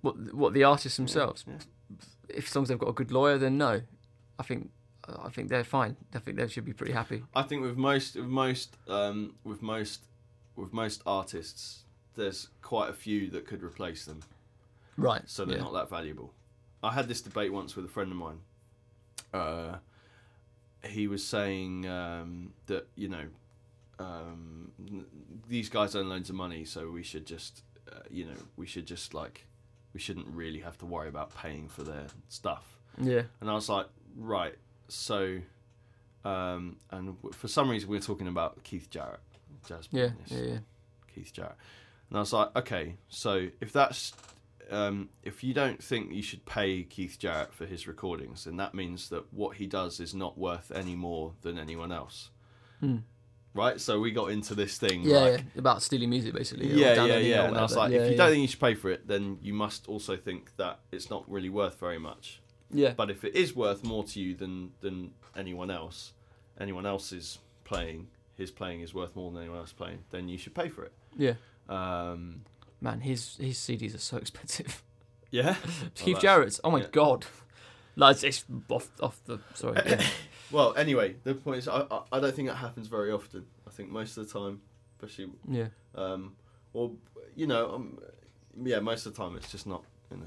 Speaker 2: What? What the artists themselves?
Speaker 1: yeah.
Speaker 2: If as long as they've got a good lawyer, then no. I think. I think they're fine. I think they should be pretty happy.
Speaker 1: I think with most with most um, with most with most artists, there's quite a few that could replace them,
Speaker 2: Right.
Speaker 1: so they're
Speaker 2: yeah.
Speaker 1: not that valuable. I had this debate once with a friend of mine. Uh, he was saying um, that you know um, n- these guys earn loads of money, so we should just uh, you know we should just like we shouldn't really have to worry about paying for their stuff.
Speaker 2: Yeah.
Speaker 1: And I was like, right, so, um, and w- for some reason we we're talking about Keith Jarrett, jazz
Speaker 2: Yeah.
Speaker 1: pianist
Speaker 2: Yeah. yeah.
Speaker 1: Keith Jarrett, and I was like, okay, so if that's, um, if you don't think you should pay Keith Jarrett for his recordings, then that means that what he does is not worth any more than anyone else,
Speaker 2: Hmm.
Speaker 1: right? So we got into this thing,
Speaker 2: Yeah,
Speaker 1: like,
Speaker 2: yeah, about stealing music basically. or
Speaker 1: yeah, yeah,
Speaker 2: downloading
Speaker 1: yeah.
Speaker 2: or
Speaker 1: And I was
Speaker 2: whatever.
Speaker 1: like,
Speaker 2: yeah,
Speaker 1: if you
Speaker 2: yeah.
Speaker 1: don't think you should pay for it, then you must also think that it's not really worth very much
Speaker 2: yeah,
Speaker 1: but if it is worth more to you than than anyone else, anyone else's playing, his playing is worth more than anyone else playing, then you should pay for it.
Speaker 2: yeah,
Speaker 1: Um,
Speaker 2: man, his his CDs are so expensive. [laughs]
Speaker 1: yeah. [laughs]
Speaker 2: Keith
Speaker 1: that's-
Speaker 2: Jarrett's, oh my
Speaker 1: yeah.
Speaker 2: god, like it's off off the sorry. [coughs] yeah.
Speaker 1: Well, anyway, the point is, I, I I don't think that happens very often. I think most of the time, especially,
Speaker 2: yeah.
Speaker 1: um, or you know, um, yeah, most of the time it's just not, you know.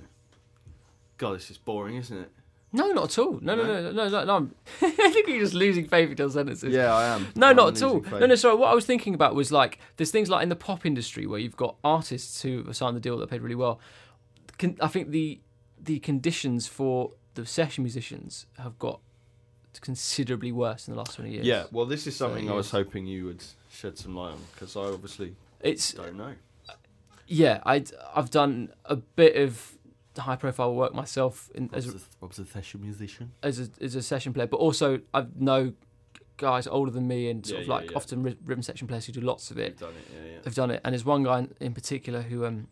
Speaker 1: God, this is boring, isn't it?
Speaker 2: No, not at all. No, no, no, no, no. no I'm, [laughs] I think you're just losing faith in your sentences.
Speaker 1: I am.
Speaker 2: No, not at all. No, no, sorry. What I was thinking about was like there's things like in the pop industry where you've got artists who have signed the deal that are paid really well. Con- I think the the conditions for the session musicians have got considerably worse in the last 20 years.
Speaker 1: Yeah, well, this is
Speaker 2: So,
Speaker 1: something I was
Speaker 2: yes.
Speaker 1: hoping you would shed some light on because I obviously
Speaker 2: It's
Speaker 1: don't know.
Speaker 2: yeah, I I've done a bit of high profile work myself in, as a,
Speaker 1: Rob's a session musician.
Speaker 2: as a as a session player, but also I know guys older than me and sort
Speaker 1: Yeah,
Speaker 2: of
Speaker 1: yeah,
Speaker 2: like
Speaker 1: yeah.
Speaker 2: often ry- rhythm section players who do lots of it.
Speaker 1: done it, yeah, yeah.
Speaker 2: have done it, and there's one guy in, in particular who um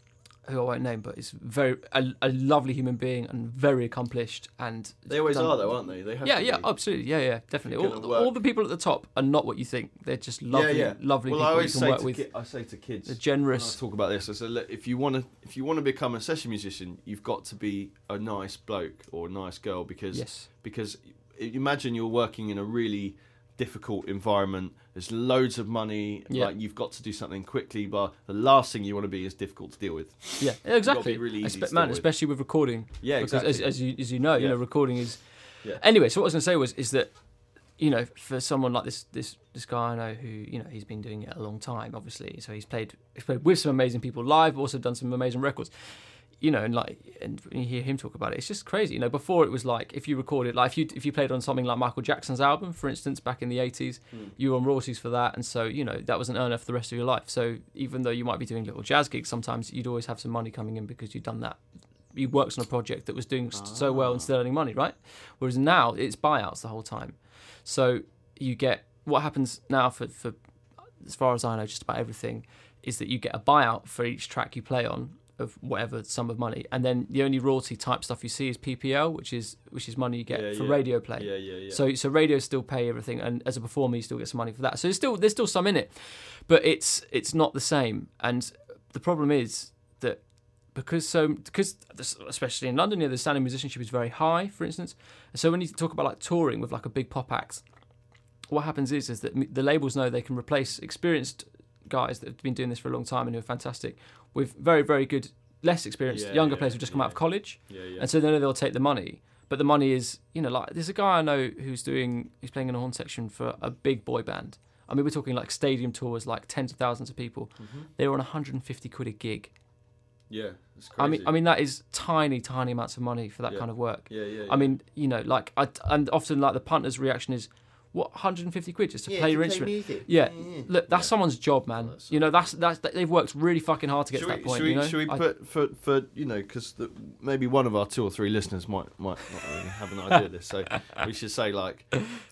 Speaker 2: who I won't name, but is very a, a lovely human being and very accomplished. And
Speaker 1: They always
Speaker 2: done-
Speaker 1: are, though, aren't they? They have
Speaker 2: Yeah,
Speaker 1: to
Speaker 2: yeah,
Speaker 1: be.
Speaker 2: absolutely, yeah, yeah, definitely.
Speaker 1: You're
Speaker 2: All,
Speaker 1: gonna work.
Speaker 2: all the people at the top are not what you think. They're just lovely,
Speaker 1: yeah.
Speaker 2: lovely
Speaker 1: well, I
Speaker 2: people
Speaker 1: always
Speaker 2: you can
Speaker 1: say
Speaker 2: work
Speaker 1: to
Speaker 2: with.
Speaker 1: ki- I say to kids,
Speaker 2: They're
Speaker 1: when I
Speaker 2: generous.
Speaker 1: talk about this. I say, look, if you want to, if you want to become a session musician, you've got to be a nice bloke or a nice girl because
Speaker 2: Yes.
Speaker 1: because i- imagine you're working in a really difficult environment. There's loads of money.
Speaker 2: Yeah.
Speaker 1: Like you've got to do something quickly, but the last thing you want to be is difficult to deal with.
Speaker 2: Yeah, exactly.
Speaker 1: be really easy
Speaker 2: Espe-
Speaker 1: to
Speaker 2: man,
Speaker 1: deal with.
Speaker 2: especially with recording.
Speaker 1: Yeah,
Speaker 2: because
Speaker 1: exactly.
Speaker 2: as, as you as you know, you
Speaker 1: Yeah.
Speaker 2: know, recording is.
Speaker 1: Yeah.
Speaker 2: Anyway, so what I was going to say was is that, you know, for someone like this this this guy I know who you know he's been doing it a long time, obviously, so he's played he's played with some amazing people live, but also done some amazing records. You know, and like, and when you hear him talk about it, it's just crazy. You know, before it was like if you recorded, like if you if you played on something like Michael Jackson's album, for instance, back in the eighties, you were on royalties for that, and so you know that was an earner for the rest of your life. So even though you might be doing little jazz gigs, sometimes you'd always have some money coming in because you'd done that. You worked on a project that was doing s so well and still earning money, right? Whereas now it's buyouts the whole time. So you get what happens now for, for as far as I know, just about everything is that you get a buyout for each track you play on of whatever sum of money, and then the only royalty type stuff you see is PPL, which is which is money you get
Speaker 1: Yeah,
Speaker 2: for
Speaker 1: yeah.
Speaker 2: radio play.
Speaker 1: Yeah, yeah, yeah.
Speaker 2: So so radio still pay everything, and as a performer, you still get some money for that. So there's still there's still some in it, but it's it's not the same. And the problem is that because so because this- especially in London, yeah, the standard musicianship is very high. For instance, so when you talk about like touring with like a big pop act, what happens is is that m- the labels know they can replace experienced guys that have been doing this for a long time and who are fantastic with very very good less experienced
Speaker 1: Yeah,
Speaker 2: younger
Speaker 1: yeah,
Speaker 2: players who've just come out of
Speaker 1: yeah.
Speaker 2: college
Speaker 1: yeah, yeah.
Speaker 2: and so then they'll take the money. But the money is, you know, like there's a guy I know who's doing, he's playing in a horn section for a big boy band. I mean, we're talking like stadium tours, like tens of thousands of people. They were on 150 quid a gig.
Speaker 1: Mm-hmm. yeah, it's crazy.
Speaker 2: I mean, I mean that is tiny, tiny amounts of money for that
Speaker 1: Yeah.
Speaker 2: kind of work.
Speaker 1: yeah, yeah, yeah.
Speaker 2: I mean, you know, like I and often like the punter's reaction is, what 150 quid just to
Speaker 3: Yeah,
Speaker 2: play
Speaker 3: to
Speaker 2: your
Speaker 3: play
Speaker 2: instrument.
Speaker 3: music.
Speaker 2: Yeah.
Speaker 3: Yeah, yeah.
Speaker 2: look, that's someone's job, man. you know, that's that's they've worked really fucking hard to get
Speaker 1: Should
Speaker 2: to
Speaker 1: we,
Speaker 2: that point.
Speaker 1: should we,
Speaker 2: you know,
Speaker 1: should we
Speaker 2: I-
Speaker 1: put for for you know because maybe one of our two or three listeners might might not really have an idea of this,
Speaker 2: [laughs]
Speaker 1: so we should say like,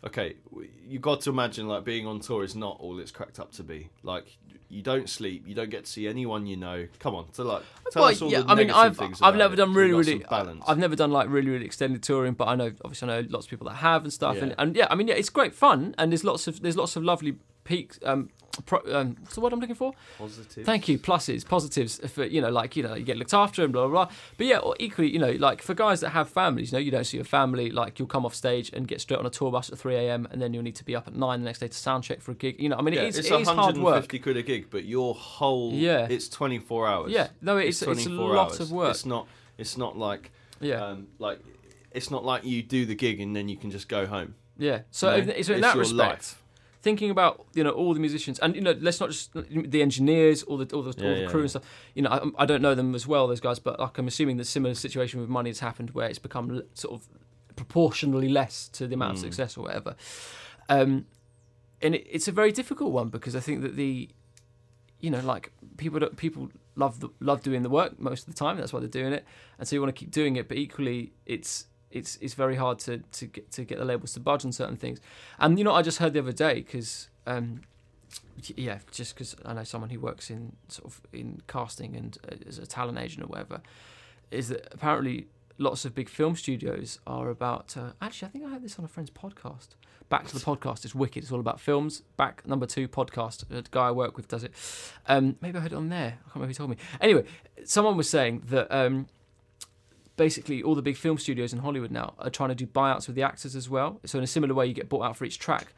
Speaker 1: okay, w- you got to imagine like being on tour is not all it's cracked up to be. Like you don't sleep, you don't get to see anyone you know. Come on, to like tell
Speaker 2: Well,
Speaker 1: us all
Speaker 2: yeah,
Speaker 1: the
Speaker 2: I mean,
Speaker 1: negative
Speaker 2: I've
Speaker 1: things.
Speaker 2: I've
Speaker 1: about
Speaker 2: never
Speaker 1: it,
Speaker 2: done
Speaker 1: so we've
Speaker 2: really
Speaker 1: got some
Speaker 2: really
Speaker 1: balance.
Speaker 2: I've never done like really really extended touring, but I know obviously I know lots of people that have and stuff, and,
Speaker 1: Yeah.
Speaker 2: and yeah, I mean yeah, it's great fun, and there's lots of there's lots of lovely peaks. Um, pro, um, what's the word I'm looking for?
Speaker 1: Positive.
Speaker 2: Thank you. Pluses, positives for you know, like you know, you get looked after and blah blah. blah. But yeah, or equally, you know, like for guys that have families, you know, you don't see your family. Like you'll come off stage and get straight on a tour bus at 3 a.m. and then you'll need to be up at nine the next day to sound check for a gig. You know, I mean,
Speaker 1: Yeah,
Speaker 2: it is,
Speaker 1: it's
Speaker 2: it is hard work.
Speaker 1: 150 quid a gig, but your whole
Speaker 2: Yeah.
Speaker 1: it's 24 hours.
Speaker 2: Yeah, no, it- it's- it's a lot of work.
Speaker 1: It's not it's not like
Speaker 2: Yeah.
Speaker 1: um, like it's not like you do the gig and then you can just go home.
Speaker 2: Yeah. So,
Speaker 1: No,
Speaker 2: in, so in
Speaker 1: it's
Speaker 2: that
Speaker 1: your
Speaker 2: respect,
Speaker 1: life.
Speaker 2: thinking about you know all the musicians and you know let's not just the engineers all the all the, all
Speaker 1: Yeah,
Speaker 2: the
Speaker 1: yeah,
Speaker 2: crew
Speaker 1: yeah.
Speaker 2: and stuff. You know, I, I don't know them as well those guys, but like I'm assuming the similar situation with money has happened where it's become l- sort of proportionally less to the amount
Speaker 1: Hmm.
Speaker 2: of success or whatever. Um, and it, it's a very difficult one because I think that the you know like people don't, people love the, love doing the work most of the time. That's why they're doing it, and so you want to keep doing it. But equally, it's it's it's very hard to to get to get the labels to budge on certain things. And you know, I just heard the other day because, um, y- yeah, just because I know someone who works in sort of in casting and uh, as a talent agent or whatever, is that apparently lots of big film studios are about. To, actually, I think I heard this on a friend's podcast. Back to the podcast. It's wicked. It's all about films. Back number two podcast. A guy I work with does it. Um, maybe I heard it on there. I can't remember who told me. Anyway, someone was saying that. Um, basically all the big film studios in Hollywood now are trying to do buyouts with the actors as well. So in a similar way, you get bought out for each track.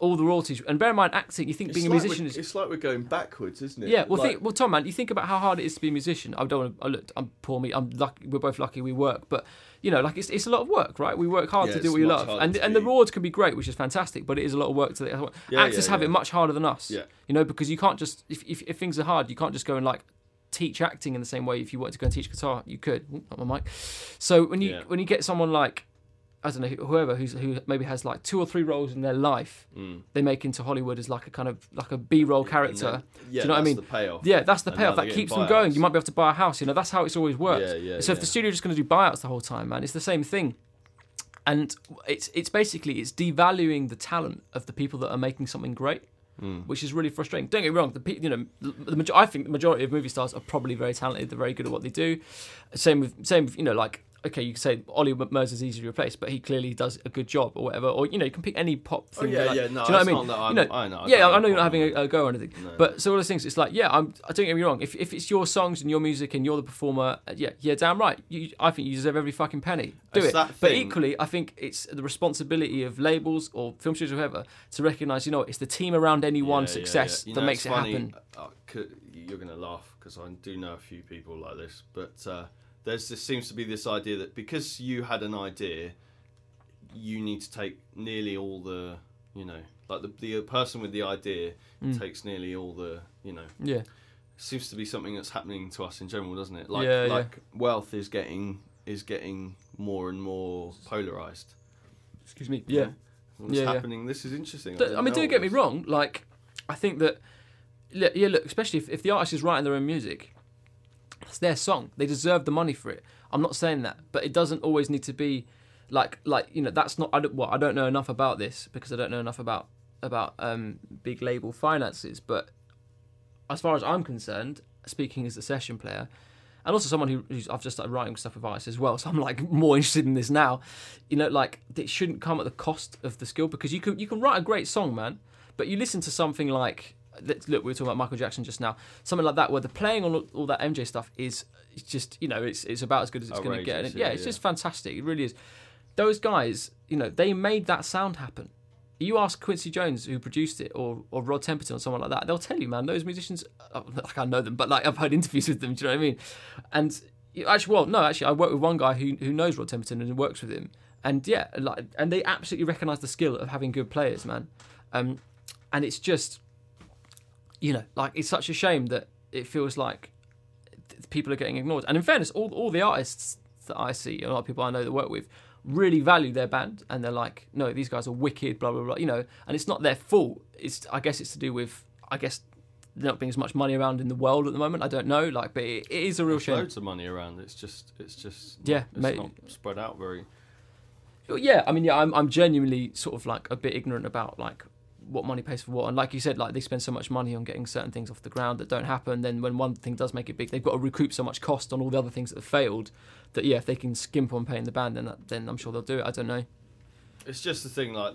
Speaker 2: All the royalties, and bear in mind, acting. You think being a musician is
Speaker 1: it's like we're going backwards, isn't it?
Speaker 2: yeah, well, think, well, Tom, man, you think about how hard it is to be a musician. I don't want to. I look, I'm poor me. I'm lucky. We're both lucky. We work, but you know, like it's, it's a lot of work, right? We work hard
Speaker 1: Yeah,
Speaker 2: to do
Speaker 1: it's
Speaker 2: what we
Speaker 1: much
Speaker 2: love,
Speaker 1: harder
Speaker 2: and
Speaker 1: to
Speaker 2: and the
Speaker 1: be-
Speaker 2: rewards can be great, which is fantastic, but it is a lot of work to the
Speaker 1: Yeah,
Speaker 2: actors
Speaker 1: yeah,
Speaker 2: have
Speaker 1: yeah.
Speaker 2: it much harder than us.
Speaker 1: Yeah.
Speaker 2: you know, because you can't just if, if if things are hard, you can't just go and like teach acting in the same way. If you wanted to go and teach guitar, you could. Ooh, not my mic. So when you
Speaker 1: Yeah.
Speaker 2: when you get someone like I don't know who- whoever who's who maybe has like two or three roles in their life,
Speaker 1: mm.
Speaker 2: they make into Hollywood as like a kind of like a B roll character.
Speaker 1: yeah,
Speaker 2: do you know what I
Speaker 1: that's
Speaker 2: mean?
Speaker 1: the payoff.
Speaker 2: Yeah, that's the
Speaker 1: And now
Speaker 2: payoff
Speaker 1: they're
Speaker 2: that
Speaker 1: getting
Speaker 2: keeps them
Speaker 1: buyouts.
Speaker 2: going. You might be able to buy a house. You know, that's how it's always worked.
Speaker 1: Yeah, yeah,
Speaker 2: so if
Speaker 1: yeah.
Speaker 2: the studio just going to do buyouts the whole time, man, it's the same thing. And it's it's basically it's devaluing the talent of the people that are making something great,
Speaker 1: Hmm.
Speaker 2: which is really frustrating. Don't get me wrong, the pe- you know the major- I think the majority of movie stars are probably very talented. They're very good at what they do. Same with same with, you know like okay you could say Ollie Murs is easy to replace, but he clearly does a good job or whatever. Or you know you can pick any pop
Speaker 1: Oh,
Speaker 2: thing.
Speaker 1: yeah,
Speaker 2: like-
Speaker 1: yeah, no,
Speaker 2: do you know what I
Speaker 1: it's
Speaker 2: mean?
Speaker 1: not that
Speaker 2: You
Speaker 1: I'm- I know, I
Speaker 2: yeah,
Speaker 1: don't
Speaker 2: I know
Speaker 1: have a
Speaker 2: you're not
Speaker 1: problem
Speaker 2: having
Speaker 1: with
Speaker 2: a, a go or anything,
Speaker 1: No.
Speaker 2: but so all those things. It's like yeah, I'm. I don't get me wrong. If if it's your songs and your music and you're the performer, uh, yeah, yeah, damn right. You, I think you deserve every fucking penny. Do
Speaker 1: It's
Speaker 2: it.
Speaker 1: that
Speaker 2: But
Speaker 1: thing-
Speaker 2: equally, I think it's the responsibility of labels or film studios or whoever to recognise. You know, it's the team around any one
Speaker 1: Yeah, yeah,
Speaker 2: success
Speaker 1: yeah. You
Speaker 2: that
Speaker 1: know,
Speaker 2: makes
Speaker 1: it's
Speaker 2: it
Speaker 1: funny,
Speaker 2: happen.
Speaker 1: uh, c- you're going to laugh because I do know a few people like this, but uh, there's this seems to be this idea that because you had an idea, you need to take nearly all the, you know, like the, the person with the idea
Speaker 2: Mm.
Speaker 1: takes nearly all the, you know,
Speaker 2: Yeah,
Speaker 1: seems to be something that's happening to us in general, doesn't it? Like,
Speaker 2: Yeah, yeah.
Speaker 1: like wealth is getting is getting more and more polarized.
Speaker 2: excuse me. Yeah.
Speaker 1: What's
Speaker 2: Yeah, yeah.
Speaker 1: happening? This is interesting.
Speaker 2: Th- I
Speaker 1: didn't
Speaker 2: mean,
Speaker 1: know
Speaker 2: don't
Speaker 1: all
Speaker 2: get me
Speaker 1: this.
Speaker 2: wrong. Like, I think that, li- yeah, look, especially if, if the artist is writing their own music, it's their song. They deserve the money for it. I'm not saying that, but it doesn't always need to be like, like you know, that's not. I don't, well, I don't know enough about this because I don't know enough about about um, big label finances. But as far as I'm concerned, speaking as a session player. And also someone who, who's I've just started writing stuff with artists as well, [laughs] so I'm like more interested in this now. You know, like it shouldn't come at the cost of the skill because you can you can write a great song, man, but you listen to something like let's- look, we were talking about Michael Jackson just now, something like that where the playing on all, all that MJ stuff is it's just you know it's it's about as good as it's going to get. And
Speaker 1: Outrageous,
Speaker 2: yeah,
Speaker 1: yeah,
Speaker 2: it's
Speaker 1: yeah.
Speaker 2: just fantastic. It really is. Those guys, you know, they made that sound happen. You ask Quincy Jones who produced it, or or Rod Temperton, or someone like that, they'll tell you, man, those musicians, oh, [laughs] like I know them, but like I've had interviews with them. Do you know what I mean? And you- actually, well, no, actually, I work with one guy who who knows Rod Temperton and works with him, and yeah, like, and they absolutely recognise the skill of having good players, man. Um, and it's just, you know, like it's such a shame that it feels like th- people are getting ignored. And in fairness, all all the artists that I see, a lot of people I know that work with, really value their band and they're like, no, these guys are wicked, blah blah blah, you know. And it's not their fault. It's I guess it's to do with I guess there not being as much money around in the world at the moment. I don't know, like, but it, it is a real
Speaker 1: There's
Speaker 2: shame.
Speaker 1: loads of money around. It's just, it's just, not-
Speaker 2: Yeah,
Speaker 1: it's
Speaker 2: mate.
Speaker 1: not spread out very.
Speaker 2: Well, Yeah, I mean, yeah, I'm I'm genuinely sort of like a bit ignorant about like what money pays for what, and like you said, like they spend so much money on getting certain things off the ground that don't happen. Then when one thing does make it big, they've got to recoup so much cost on all the other things that have failed. That yeah, if they can skimp on paying the band, then that, then I'm sure they'll do it. I don't know.
Speaker 1: It's just the thing, like,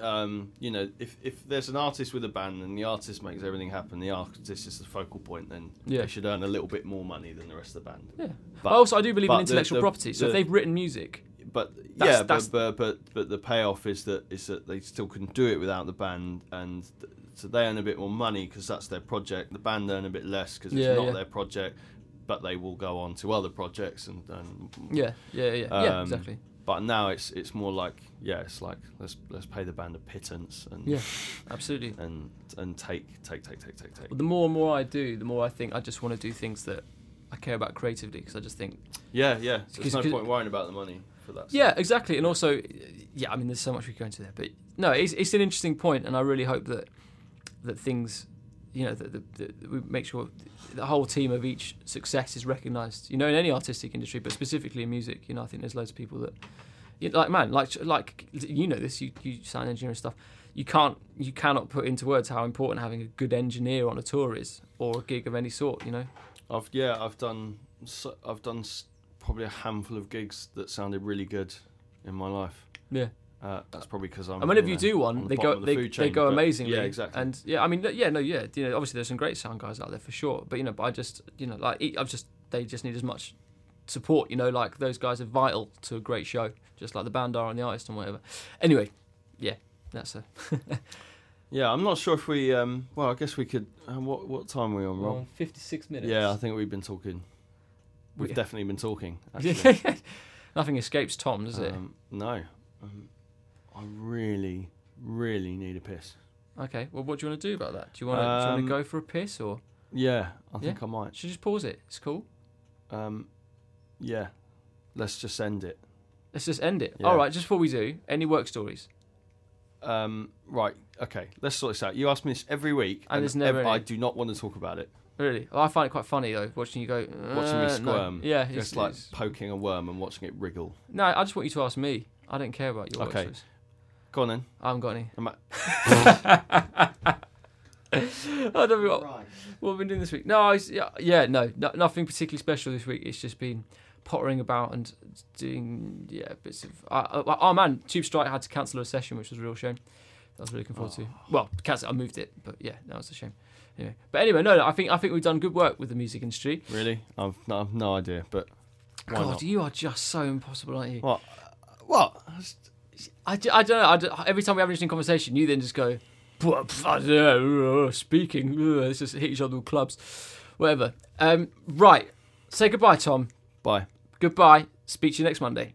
Speaker 1: um, you know, if if there's an artist with a band and the artist makes everything happen, the artist is the focal point, then
Speaker 2: Yeah.
Speaker 1: they should earn a little bit more money than the rest of the band.
Speaker 2: Yeah.
Speaker 1: But-
Speaker 2: But, also, I do believe
Speaker 1: but
Speaker 2: in
Speaker 1: the-
Speaker 2: intellectual
Speaker 1: the-
Speaker 2: property. So if
Speaker 1: the-
Speaker 2: they've written music,
Speaker 1: But
Speaker 2: That's-
Speaker 1: yeah,
Speaker 2: that's-
Speaker 1: but, but but but the payoff is that is that they still can do it without the band, and th- so they earn a bit more money because that's their project. The band earn a bit less because it's
Speaker 2: Yeah,
Speaker 1: not
Speaker 2: yeah.
Speaker 1: their project, but they will go on to other projects and. and
Speaker 2: yeah, yeah, yeah, yeah,
Speaker 1: Um,
Speaker 2: exactly.
Speaker 1: But now it's it's more like yeah, it's like let's let's pay the band a pittance and
Speaker 2: Yeah, absolutely.
Speaker 1: and and take take take take take take.
Speaker 2: Well, the more and more I do, the more I think I just want to do things that I care about creatively because I just think
Speaker 1: Yeah, yeah. So there's
Speaker 2: 'Cause-
Speaker 1: no
Speaker 2: 'cause-
Speaker 1: point worrying about the money for that.
Speaker 2: Yeah, exactly. And also, yeah, I mean, there's so much we could go into there, but no, it's, it's an interesting point, and I really hope that that things, you know, that, that, that we make sure the whole team of each success is recognised. You know, in any artistic industry, but specifically in music, you know, I think there's loads of people that, you like, man, like, like you know this, you you sound engineering stuff. You can't, you cannot put into words how important having a good engineer on a tour is, or a gig of any sort. You know,
Speaker 1: I've yeah, I've done so, I've done s- probably a handful of gigs that sounded really good in my life.
Speaker 2: yeah.
Speaker 1: Uh, that's probably because I'm.
Speaker 2: And whenever
Speaker 1: you know,
Speaker 2: you do
Speaker 1: on
Speaker 2: one,
Speaker 1: the
Speaker 2: they
Speaker 1: bottom
Speaker 2: go
Speaker 1: of the
Speaker 2: they,
Speaker 1: food
Speaker 2: they
Speaker 1: chain,
Speaker 2: go
Speaker 1: but-
Speaker 2: amazingly.
Speaker 1: Yeah, exactly.
Speaker 2: And yeah, I mean, yeah, no, yeah, you know, obviously there's some great sound guys out there for sure, but you know, but I just, you know, like e, I've just they just need as much support. You know, like those guys are vital to a great show, just like the band are and the artist and whatever. Anyway, yeah, that's a
Speaker 1: yeah, I'm not sure if we. Um, well, I guess we could. Uh, what what time are we on, Rob?
Speaker 2: 56 minutes.
Speaker 1: yeah, I think we've been talking. We've
Speaker 2: Yeah.
Speaker 1: definitely been
Speaker 2: [laughs]
Speaker 1: talking. Actually.
Speaker 2: Nothing escapes Tom, does it?
Speaker 1: Um, no, um, I really, really need a piss.
Speaker 2: okay. Well, what do you want to do about that? Do you want to,
Speaker 1: Um,
Speaker 2: do you want to go for a piss or
Speaker 1: Yeah, I
Speaker 2: Yeah.
Speaker 1: think I might.
Speaker 2: should we just pause it? It's cool.
Speaker 1: Um, yeah, let's just end it.
Speaker 2: Let's just end it.
Speaker 1: Yeah.
Speaker 2: All right. Just before we do, any work stories?
Speaker 1: Um, right, okay, let's sort this out. You ask me this every week,
Speaker 2: And there's never any.
Speaker 1: I do not want to talk about it.
Speaker 2: Really, well, I find it quite funny though, watching you go,
Speaker 1: Watching me
Speaker 2: "Uh, no."
Speaker 1: squirm,
Speaker 2: Yeah,
Speaker 1: just
Speaker 2: it's
Speaker 1: like
Speaker 2: like
Speaker 1: poking a worm and watching it wriggle.
Speaker 2: no. I just want you to ask me. I don't care about your
Speaker 1: Okay.
Speaker 2: watches.
Speaker 1: Go on then.
Speaker 2: I haven't got any.
Speaker 1: I'm at-
Speaker 2: [laughs] I don't know what, what we've been doing this week. No, I was, yeah, yeah, no, no, nothing particularly special this week. It's just been pottering about and doing yeah bits of. Uh, uh, oh man, Tube Strike had to cancel a session, which was a real shame. I was really looking forward
Speaker 1: Oh.
Speaker 2: to. Well, cancel. I moved it, but yeah, that was a shame. Anyway, but anyway, no, no, I think I think we've done good work with the music industry.
Speaker 1: Really? I've no, I've no idea, but why
Speaker 2: God,
Speaker 1: not?
Speaker 2: you are just so impossible, aren't you?
Speaker 1: What? What?
Speaker 2: I, ju- I don't know. I d every time we have an interesting conversation, you then just go, "Pff, pff, I don't know, uh, speaking. uh, Let's just hit each other with clubs, whatever. Um, right. Say goodbye, Tom.
Speaker 1: Bye.
Speaker 2: Goodbye. Speak to you next Monday.